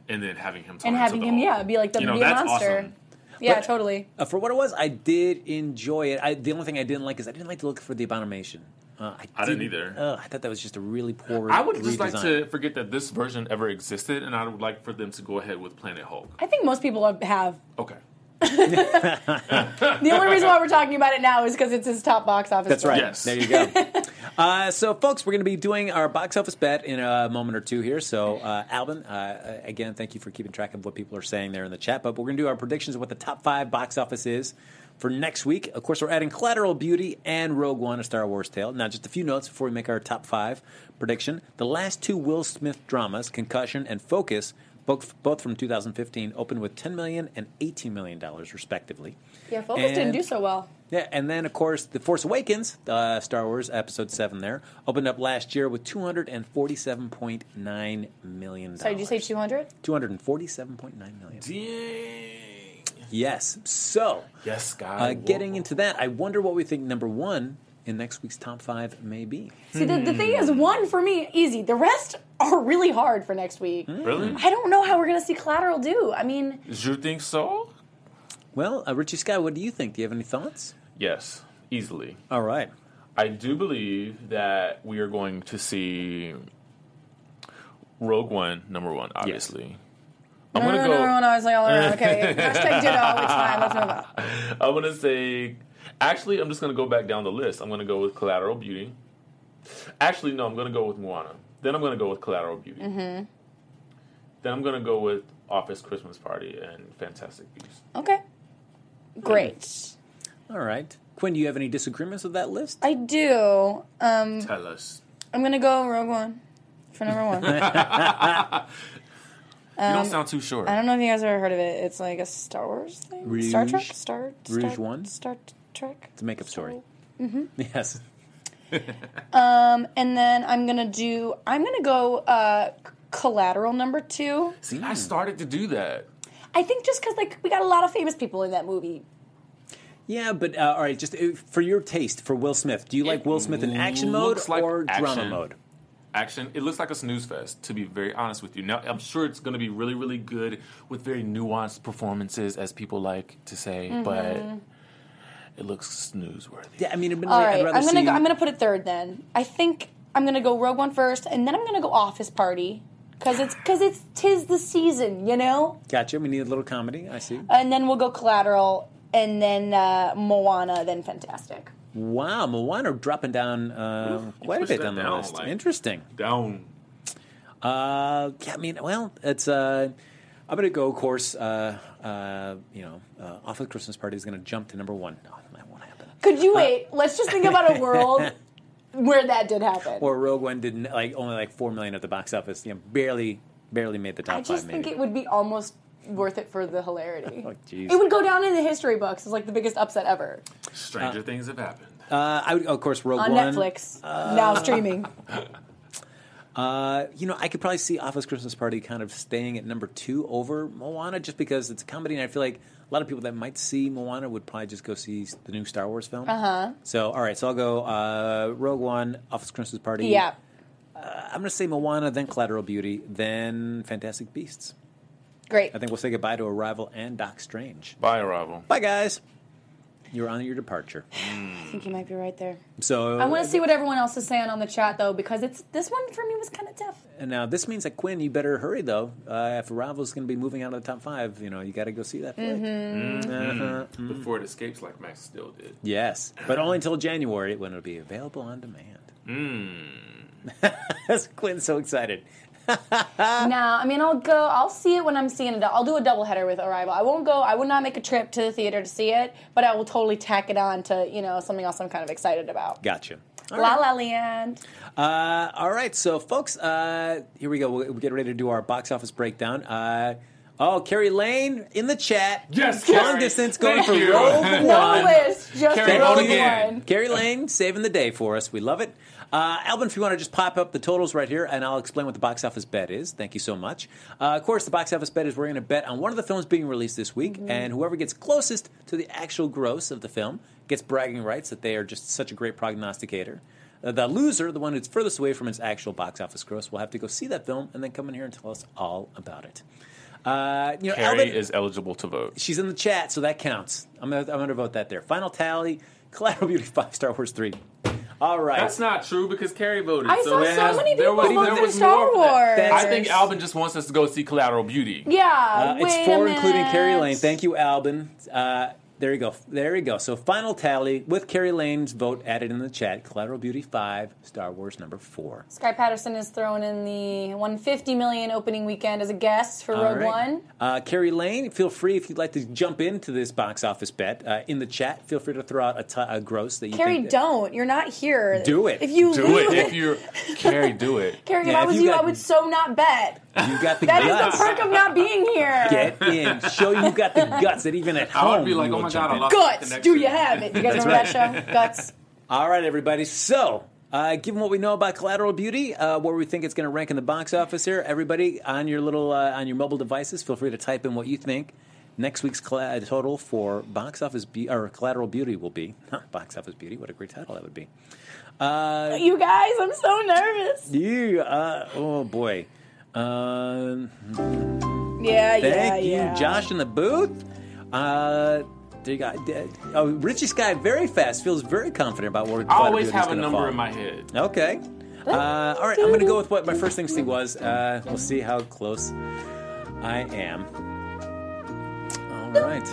[SPEAKER 4] and then having him turn
[SPEAKER 3] And
[SPEAKER 4] into
[SPEAKER 3] having
[SPEAKER 4] the
[SPEAKER 3] him,
[SPEAKER 4] Hulk.
[SPEAKER 3] yeah, be like the
[SPEAKER 4] You know,
[SPEAKER 3] be a
[SPEAKER 4] that's
[SPEAKER 3] monster.
[SPEAKER 4] awesome.
[SPEAKER 3] Yeah,
[SPEAKER 1] But-
[SPEAKER 3] totally.
[SPEAKER 1] Uh, for what it was, I did enjoy it. I, the only thing I didn't like is I didn't like to look for the abomination. Uh, I,
[SPEAKER 4] I didn't either.
[SPEAKER 1] Uh, I thought that was just a really poor.
[SPEAKER 4] I would just like
[SPEAKER 1] redesign.
[SPEAKER 4] to forget that this version ever existed, and I would like for them to go ahead with Planet Hulk.
[SPEAKER 3] I think most people have.
[SPEAKER 4] Okay.
[SPEAKER 3] The only reason why we're talking about it now is because it's his top box office.
[SPEAKER 1] That's right.
[SPEAKER 4] Yes.
[SPEAKER 1] There you go. uh, so, folks, we're going to be doing our box office bet in a moment or two here. So, uh, Alvin, uh, again, thank you for keeping track of what people are saying there in the chat. But we're going to do our predictions of what the top five box office is for next week. Of course, we're adding Collateral Beauty and Rogue One, a Star Wars tale. Now, just a few notes before we make our top five prediction. The last two Will Smith dramas, Concussion and Focus, both, both from 2015, opened with $10 million and $18 million, respectively.
[SPEAKER 3] Yeah, Focus didn't
[SPEAKER 1] And-
[SPEAKER 3] do so well.
[SPEAKER 1] yeah, and then of course, The Force Awakens, uh, Star Wars Episode Seven, there opened up last year with two hundred and forty-seven point nine million.
[SPEAKER 3] Sorry, did you say 200?
[SPEAKER 1] two hundred and forty-seven point nine million?
[SPEAKER 4] Dang.
[SPEAKER 1] Yes. So,
[SPEAKER 4] Yes, guys.
[SPEAKER 1] uh, getting into that, I wonder what we think number one in next week's top five may be.
[SPEAKER 3] See, the, the thing is,
[SPEAKER 1] Hmm.
[SPEAKER 3] one for me, easy. The rest are really hard for next week.
[SPEAKER 1] Hmm.
[SPEAKER 4] really,
[SPEAKER 3] I don't know how we're going to see Collateral do. I mean,
[SPEAKER 4] do you think so?
[SPEAKER 1] Well, uh, Richie Sky, what do you think? Do you have any thoughts?
[SPEAKER 4] Yes, easily.
[SPEAKER 1] All right.
[SPEAKER 4] I do believe that we are going to see Rogue One number one. Obviously, I'm
[SPEAKER 3] No, no,
[SPEAKER 4] gonna go.
[SPEAKER 3] no, no, no, I was like all around. Okay, hashtag ditto. It's fine. Let's move on.
[SPEAKER 4] I'm gonna say. Actually, I'm just gonna go back down the list. I'm gonna go with Collateral Beauty. Actually, no, I'm gonna go with Moana. Then I'm gonna go with Collateral Beauty. Then I'm gonna go with Office Christmas Party and Fantastic Beasts.
[SPEAKER 3] Okay, great.
[SPEAKER 1] All right. Quinn, do you have any disagreements with that list?
[SPEAKER 3] I do. Um,
[SPEAKER 4] Tell us.
[SPEAKER 3] I'm gonna go Rogue One for number one. I
[SPEAKER 4] you don't sound too sure.
[SPEAKER 3] don't know if you guys ever heard of it. It's like a Star Wars thing. Star
[SPEAKER 1] Rouge?
[SPEAKER 3] Trek. Star. Star
[SPEAKER 1] Rouge One?
[SPEAKER 3] Star Trek.
[SPEAKER 1] It's a makeup story.
[SPEAKER 3] Mm-hmm.
[SPEAKER 1] Yes.
[SPEAKER 3] And then I'm gonna do. I'm gonna go. Uh, Collateral number two.
[SPEAKER 4] See, I started to do that.
[SPEAKER 3] I think just because like we got a lot of famous people in that movie.
[SPEAKER 1] Yeah, but uh, all right. Just uh, for your taste for Will Smith, do you like Will Smith in action mode
[SPEAKER 4] looks like
[SPEAKER 1] or drama
[SPEAKER 4] action.
[SPEAKER 1] mode?
[SPEAKER 4] action. It looks like a snooze fest, to be very honest with you. Now, I'm sure it's going to be really, really good with very nuanced performances, as people like to say,
[SPEAKER 3] Mm-hmm.
[SPEAKER 4] but it looks snooze worthy.
[SPEAKER 1] Yeah, I mean, admittedly,
[SPEAKER 3] All right,
[SPEAKER 1] I'd rather
[SPEAKER 3] I'm gonna
[SPEAKER 1] see.
[SPEAKER 3] go, I'm gonna put it third then. I think I'm gonna go Rogue One first, and then I'm gonna go Office Party because it's because it's tis the season, you know.
[SPEAKER 1] Gotcha. We need a little comedy. I see.
[SPEAKER 3] And then we'll go Collateral, and then uh, Moana, then Fantastic.
[SPEAKER 1] Wow, Moana dropping down uh,
[SPEAKER 4] Oof, you
[SPEAKER 1] quite a
[SPEAKER 4] pushed
[SPEAKER 1] bit
[SPEAKER 4] that
[SPEAKER 1] down the
[SPEAKER 4] down,
[SPEAKER 1] list.
[SPEAKER 4] like-
[SPEAKER 1] Interesting.
[SPEAKER 4] Down.
[SPEAKER 1] Uh, yeah, I mean, well, it's. Uh, I'm gonna go. Of course, uh, uh, you know, uh, off of Christmas party is gonna jump to number one. No, that won't happen.
[SPEAKER 3] Could you wait? Let's just think about a world where that did happen.
[SPEAKER 1] Or Rogue One did not like only like four million at the box office. You know, barely, barely made the top
[SPEAKER 3] I just
[SPEAKER 1] five.
[SPEAKER 3] think
[SPEAKER 1] Maybe.
[SPEAKER 3] it would be almost worth it for the hilarity.
[SPEAKER 1] Oh, jeez.
[SPEAKER 3] it would go down in the history books as like the biggest upset ever
[SPEAKER 4] Stranger things have happened.
[SPEAKER 1] uh, I would, of course, Rogue
[SPEAKER 3] on
[SPEAKER 1] One.
[SPEAKER 3] Netflix now streaming.
[SPEAKER 1] Uh, you know, I could probably see Office Christmas Party kind of staying at number two over Moana just because it's a comedy, and I feel like a lot of people that might see Moana would probably just go see the new Star Wars film. Uh
[SPEAKER 3] Uh-huh.
[SPEAKER 1] huh. So, all right, so I'll go uh, Rogue One, Office Christmas Party.
[SPEAKER 3] Yeah.
[SPEAKER 1] I'm going to say Moana, then Collateral Beauty, then Fantastic Beasts.
[SPEAKER 3] Great.
[SPEAKER 1] I think we'll say goodbye to Arrival and Doc Strange.
[SPEAKER 4] Bye, Arrival.
[SPEAKER 1] Bye, guys. You're on your departure.
[SPEAKER 3] I think you might be right there.
[SPEAKER 1] So
[SPEAKER 3] I want to see what everyone else is saying on the chat though, because it's this one for me was kind of tough.
[SPEAKER 1] And now this means that Quinn, you better hurry though. Uh, if Arrival's going to be moving out of the top five, you know you got to go see that. flick.
[SPEAKER 3] Mm-hmm.
[SPEAKER 4] Before it escapes, like Max still did.
[SPEAKER 1] Yes, but only until January when it'll be available on demand. That's Quinn's so excited. Uh,
[SPEAKER 3] No, I mean I'll go. I'll see it when I'm seeing it. I'll do a double header with Arrival. I won't go. I would not make a trip to the theater to see it, but I will totally tack it on to you know something else I'm kind of excited about.
[SPEAKER 1] Gotcha. All
[SPEAKER 3] La
[SPEAKER 1] right.
[SPEAKER 3] La Land.
[SPEAKER 1] Uh, all right, so folks, uh, here we go. We we get ready to do our box office breakdown. Uh, oh, Carrie Lane in the chat.
[SPEAKER 4] Yes,
[SPEAKER 1] Long
[SPEAKER 4] Carrie.
[SPEAKER 1] distance going
[SPEAKER 4] Thank
[SPEAKER 1] for
[SPEAKER 4] you.
[SPEAKER 1] Rogue
[SPEAKER 3] No
[SPEAKER 1] One.
[SPEAKER 3] list, just
[SPEAKER 4] Carry
[SPEAKER 3] roll
[SPEAKER 4] on
[SPEAKER 3] the
[SPEAKER 4] again.
[SPEAKER 3] one.
[SPEAKER 1] Carrie Lane saving the day for us. We love it. Uh, Alvin, if you want to just pop up the totals right here, and I'll explain what the box office bet is. Thank you so much. Uh, of course, the box office bet is we're going to bet on one of the films being released this week, and whoever gets closest to the actual gross of the film gets bragging rights that they are just such a great prognosticator. Uh, The loser, the one who's furthest away from its actual box office gross, will have to go see that film and then come in here and tell us all about it. Uh, you know,
[SPEAKER 4] Carrie
[SPEAKER 1] Alvin-
[SPEAKER 4] is eligible to vote.
[SPEAKER 1] She's in the chat, so that counts. I'm gonna, I'm gonna vote that there. Final tally: Collateral Beauty Five, Star Wars Three. All right.
[SPEAKER 4] That's not true because Carrie voted.
[SPEAKER 3] I saw
[SPEAKER 4] it
[SPEAKER 3] so
[SPEAKER 4] has-
[SPEAKER 3] many
[SPEAKER 4] there
[SPEAKER 3] people
[SPEAKER 4] was- there
[SPEAKER 3] vote for
[SPEAKER 4] was
[SPEAKER 3] Star
[SPEAKER 4] more of
[SPEAKER 3] Wars.
[SPEAKER 4] that.
[SPEAKER 1] That's-
[SPEAKER 4] I think Alvin just wants us to go see Collateral Beauty.
[SPEAKER 3] Yeah,
[SPEAKER 1] Uh, it's
[SPEAKER 3] wait
[SPEAKER 1] four,
[SPEAKER 3] a
[SPEAKER 1] including Carrie
[SPEAKER 3] minute.
[SPEAKER 1] Lane. Thank you, Albin. Uh, there you go. There you go. So final tally with Carrie Lane's vote added in the chat: Collateral Beauty Five, Star Wars number four.
[SPEAKER 3] Sky Patterson is thrown in the 150 million opening weekend as a guest for
[SPEAKER 1] All
[SPEAKER 3] Rogue
[SPEAKER 1] right.
[SPEAKER 3] One.
[SPEAKER 1] Uh, Carrie Lane, feel free if you'd like to jump into this box office bet uh, in the chat. Feel free to throw out a ti- a gross that you
[SPEAKER 3] Carrie,
[SPEAKER 1] think that-
[SPEAKER 3] don't. You're not here.
[SPEAKER 1] Do it.
[SPEAKER 3] If you
[SPEAKER 4] Do
[SPEAKER 3] lose,
[SPEAKER 4] it if you're Carrie. Do it.
[SPEAKER 3] Carrie, if
[SPEAKER 1] Yeah,
[SPEAKER 3] I
[SPEAKER 1] if
[SPEAKER 3] was
[SPEAKER 1] you
[SPEAKER 3] you,
[SPEAKER 1] got-
[SPEAKER 3] I would so not bet.
[SPEAKER 1] You got the
[SPEAKER 3] That is
[SPEAKER 1] guts.
[SPEAKER 3] the perk of not being here.
[SPEAKER 1] Get in. Show you got the guts that even at home.
[SPEAKER 4] I would be like,
[SPEAKER 1] you
[SPEAKER 4] oh
[SPEAKER 1] will
[SPEAKER 4] my
[SPEAKER 1] jump
[SPEAKER 4] god, I
[SPEAKER 1] in.
[SPEAKER 4] lost
[SPEAKER 3] Guts.
[SPEAKER 4] the
[SPEAKER 3] Do
[SPEAKER 4] connection.
[SPEAKER 3] you have it? You guys remember that show? Guts.
[SPEAKER 1] All right, everybody. So, uh, given what we know about Collateral Beauty, uh, where we think it's going to rank in the box office here, everybody on your little uh, on your mobile devices, feel free to type in what you think next week's colla- total for box office be- or Collateral Beauty will be. Not box office beauty. What a great title that would be. Uh,
[SPEAKER 3] You guys, I'm so nervous.
[SPEAKER 1] You. Uh, oh boy. Um,
[SPEAKER 3] Yeah, yeah,
[SPEAKER 1] thank you,
[SPEAKER 3] yeah.
[SPEAKER 1] Josh in the booth. Uh, There you go. Uh, Richie Scott, very fast, feels very confident about where.
[SPEAKER 4] I always have a number in my head.
[SPEAKER 1] Okay. Uh, all right, I'm going to go with what my first instinct was. Uh, we'll see how close I am. All right.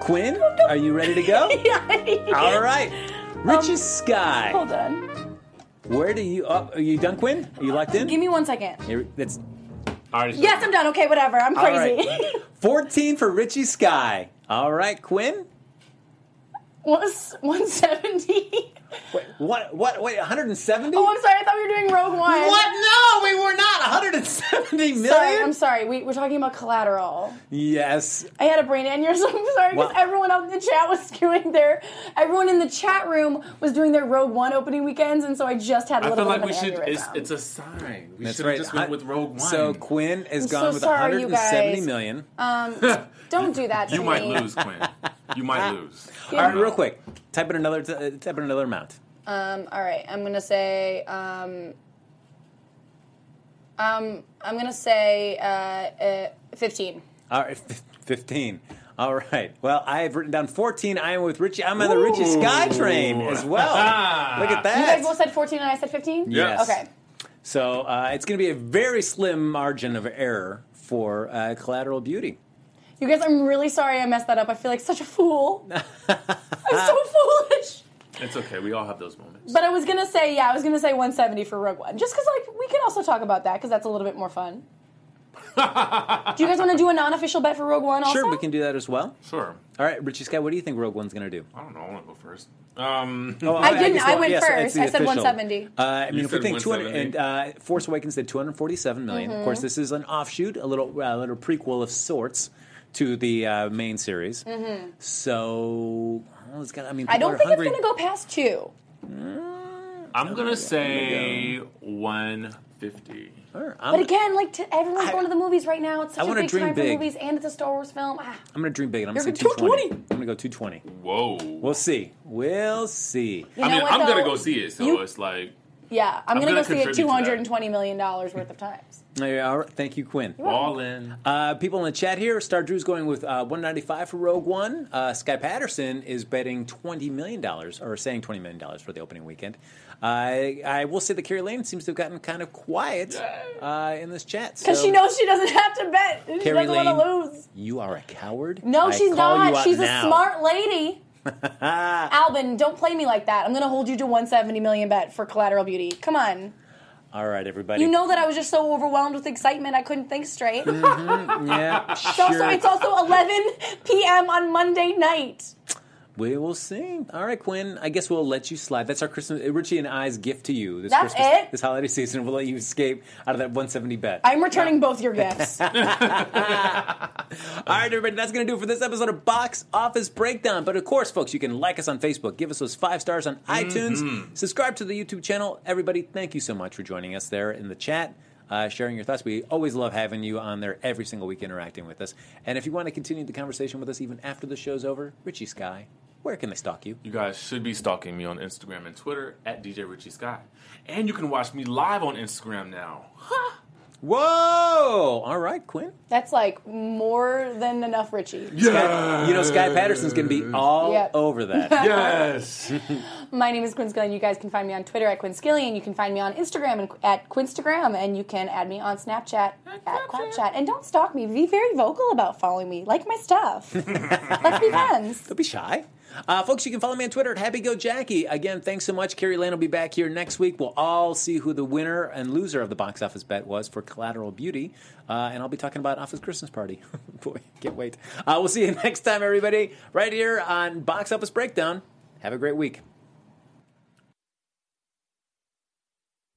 [SPEAKER 1] Quinn, are you ready to go? All right. Richie Sky,
[SPEAKER 3] Um, Hold on.
[SPEAKER 1] where do you. Oh, are you done, Quinn? Are you locked in?
[SPEAKER 3] Give me one second.
[SPEAKER 1] Here, that's
[SPEAKER 4] I already said
[SPEAKER 3] Yes, I'm done. Okay, whatever. I'm
[SPEAKER 1] all
[SPEAKER 3] crazy.
[SPEAKER 1] right. 14 for Richie Sky. All right, Quinn.
[SPEAKER 3] What's 170?
[SPEAKER 1] Wait, what? What? Wait, 170?
[SPEAKER 3] Oh, I'm sorry. I thought we were doing Rogue One.
[SPEAKER 1] What? No, we were not. 170 million.
[SPEAKER 3] Sorry, I'm sorry. We, we're talking about collateral.
[SPEAKER 1] Yes.
[SPEAKER 3] I had a brain aneurysm. I'm sorry
[SPEAKER 1] Wow.
[SPEAKER 3] because everyone out in the chat was doing their. Everyone in the chat room was doing their Rogue One opening weekends, and so I just had a
[SPEAKER 4] I
[SPEAKER 3] little
[SPEAKER 4] feel
[SPEAKER 3] bit
[SPEAKER 4] like
[SPEAKER 3] of
[SPEAKER 4] we
[SPEAKER 3] an
[SPEAKER 4] should. It's,
[SPEAKER 3] aneurysm.
[SPEAKER 4] it's a sign. We
[SPEAKER 1] That's
[SPEAKER 4] should
[SPEAKER 1] right.
[SPEAKER 4] have just went
[SPEAKER 1] Hun-
[SPEAKER 4] with Rogue One.
[SPEAKER 1] So Quinn is
[SPEAKER 3] I'm
[SPEAKER 1] gone
[SPEAKER 3] so
[SPEAKER 1] with
[SPEAKER 3] sorry, you
[SPEAKER 1] 170
[SPEAKER 3] guys.
[SPEAKER 1] million.
[SPEAKER 3] Don't do that. To
[SPEAKER 4] you
[SPEAKER 3] me.
[SPEAKER 4] might lose, Quinn. You might lose.
[SPEAKER 1] All right, real quick. Type in another. uh, type in another amount.
[SPEAKER 3] Um, all right, I'm gonna say. Um, um, I'm gonna say uh, uh, 15.
[SPEAKER 1] All right, fif- 15. All right. Well, I have written down 14. I am with Richie. I'm on the Richie Sky train as well. Look at
[SPEAKER 3] You guys
[SPEAKER 1] that.
[SPEAKER 3] both said 14, and I said 15.
[SPEAKER 1] Yes.
[SPEAKER 3] Okay.
[SPEAKER 1] So uh, it's going to be a very slim margin of error for uh, Collateral Beauty.
[SPEAKER 3] You guys, I'm really sorry I messed that up. I feel like such a fool. I'm so foolish.
[SPEAKER 4] It's okay. We all have those moments.
[SPEAKER 3] But I was gonna say, yeah, I was gonna say 170 for Rogue One, just because like we can also talk about that because that's a little bit more fun. do you guys want to do a non-official bet for Rogue One? Also,
[SPEAKER 1] Sure, we can do that as well.
[SPEAKER 4] sure.
[SPEAKER 1] All right, Richie Sky, what do you think Rogue One's going to do?
[SPEAKER 4] I don't know. I want to go first. Um,
[SPEAKER 1] Oh,
[SPEAKER 3] I didn't.
[SPEAKER 1] guess
[SPEAKER 3] I
[SPEAKER 1] that-
[SPEAKER 3] went
[SPEAKER 1] yes, it's
[SPEAKER 3] first.
[SPEAKER 1] the
[SPEAKER 3] I said
[SPEAKER 1] official.
[SPEAKER 3] 170.
[SPEAKER 1] Uh, I mean, if we
[SPEAKER 4] said
[SPEAKER 1] think 200 and
[SPEAKER 4] 170.
[SPEAKER 1] uh, Force Awakens did 247 million. Of
[SPEAKER 3] Mm-hmm.
[SPEAKER 1] course, this is an offshoot, a little uh, little prequel of sorts to the uh, main series. So well, it's got. I mean,
[SPEAKER 3] Mm-hmm. I
[SPEAKER 1] people
[SPEAKER 3] don't
[SPEAKER 1] are
[SPEAKER 3] think
[SPEAKER 1] hungry.
[SPEAKER 3] it's gonna go past two. Oh,
[SPEAKER 4] I'm gonna say 150.
[SPEAKER 1] Sure, I'm,
[SPEAKER 3] But again, like to, everyone's going to the movies right now. It's
[SPEAKER 1] I
[SPEAKER 3] such a
[SPEAKER 1] wanna
[SPEAKER 3] big
[SPEAKER 1] dream
[SPEAKER 3] time
[SPEAKER 1] big.
[SPEAKER 3] for movies, and it's a Star Wars film. Ah.
[SPEAKER 1] I'm going to dream big. and I'm
[SPEAKER 3] You're
[SPEAKER 1] going to say
[SPEAKER 3] gonna go
[SPEAKER 1] 220. I'm going to go 220.
[SPEAKER 4] Whoa.
[SPEAKER 1] We'll see. We'll see.
[SPEAKER 3] You know
[SPEAKER 4] I mean,
[SPEAKER 3] what,
[SPEAKER 4] I'm gonna
[SPEAKER 3] though?
[SPEAKER 4] go see it. So
[SPEAKER 3] You-
[SPEAKER 4] it's like,
[SPEAKER 3] Yeah, I'm, gonna,
[SPEAKER 4] gonna
[SPEAKER 3] go see it
[SPEAKER 4] contribute to that.
[SPEAKER 3] 220 million dollars worth of times.
[SPEAKER 1] Yeah, all right. Thank you, Quinn.
[SPEAKER 4] all in.
[SPEAKER 1] Uh, people in the chat here, Star Drew's going with uh, 195 for Rogue One. Uh, Sky Patterson is betting $20 million, or saying $20 million for the opening weekend. I I will say that Carrie Lane seems to have gotten kind of quiet uh, in this chat.
[SPEAKER 3] Because
[SPEAKER 1] so-
[SPEAKER 3] she knows she doesn't have to bet. She
[SPEAKER 1] Carrie
[SPEAKER 3] doesn't want to
[SPEAKER 1] Lane,
[SPEAKER 3] lose.
[SPEAKER 1] You are a coward.
[SPEAKER 3] No,
[SPEAKER 1] I
[SPEAKER 3] she's
[SPEAKER 1] call you
[SPEAKER 3] not.
[SPEAKER 1] out
[SPEAKER 3] She's
[SPEAKER 1] now.
[SPEAKER 3] a smart lady. Alvin, don't play me like that. I'm gonna hold you to 170 million bet for Collateral Beauty. Come on.
[SPEAKER 1] All right, everybody.
[SPEAKER 3] You know that I was just so overwhelmed with excitement I couldn't think straight.
[SPEAKER 1] yeah,
[SPEAKER 3] It's also-
[SPEAKER 1] Mm, sure.
[SPEAKER 3] it's also 11 p.m. on Monday night.
[SPEAKER 1] we will see. All right, Quinn. I guess we'll let you slide. That's our Christmas. Richie and I's gift to you this
[SPEAKER 3] That's
[SPEAKER 1] Christmas,
[SPEAKER 3] it?
[SPEAKER 1] this holiday season. We'll let you escape out of that 170 bet.
[SPEAKER 3] I'm returning both your gifts.
[SPEAKER 1] All right, everybody, that's going to do it for this episode of Box Office Breakdown. But of course, folks, you can like us on Facebook, give us those five stars on iTunes, subscribe to the YouTube channel. Everybody, thank you so much for joining us there in the chat, uh, sharing your thoughts. We always love having you on there every single week interacting with us. And if you want to continue the conversation with us even after the show's over, Richie Sky, where can they stalk you?
[SPEAKER 4] You guys should be stalking me on Instagram and Twitter at DJ Richie Sky. And you can watch me live on Instagram now.
[SPEAKER 1] Whoa! All right, Quinn.
[SPEAKER 3] That's like more than enough, Richie.
[SPEAKER 1] Sky- you know, Sky Patterson's going to be all
[SPEAKER 3] Yep.
[SPEAKER 1] over that.
[SPEAKER 4] Yes.
[SPEAKER 3] My name is Quinn Skillian. You guys can find me on Twitter at Quinn Skillian. You can find me on Instagram and, at Quinstagram, and you can add me on Snapchat at Clapchat. And don't stalk me. Be very vocal about following me. Like my stuff. Let's be friends.
[SPEAKER 1] Don't be shy. Uh, folks, you can follow me on Twitter at HappyGoJackie. Again, thanks so much. Carrie Lane will be back here next week. We'll all see who the winner and loser of the box office bet was for Collateral Beauty. Uh, and I'll be talking about Office Christmas Party. Boy, can't wait. Uh, we'll see you next time, everybody, right here on Box Office Breakdown. Have a great week.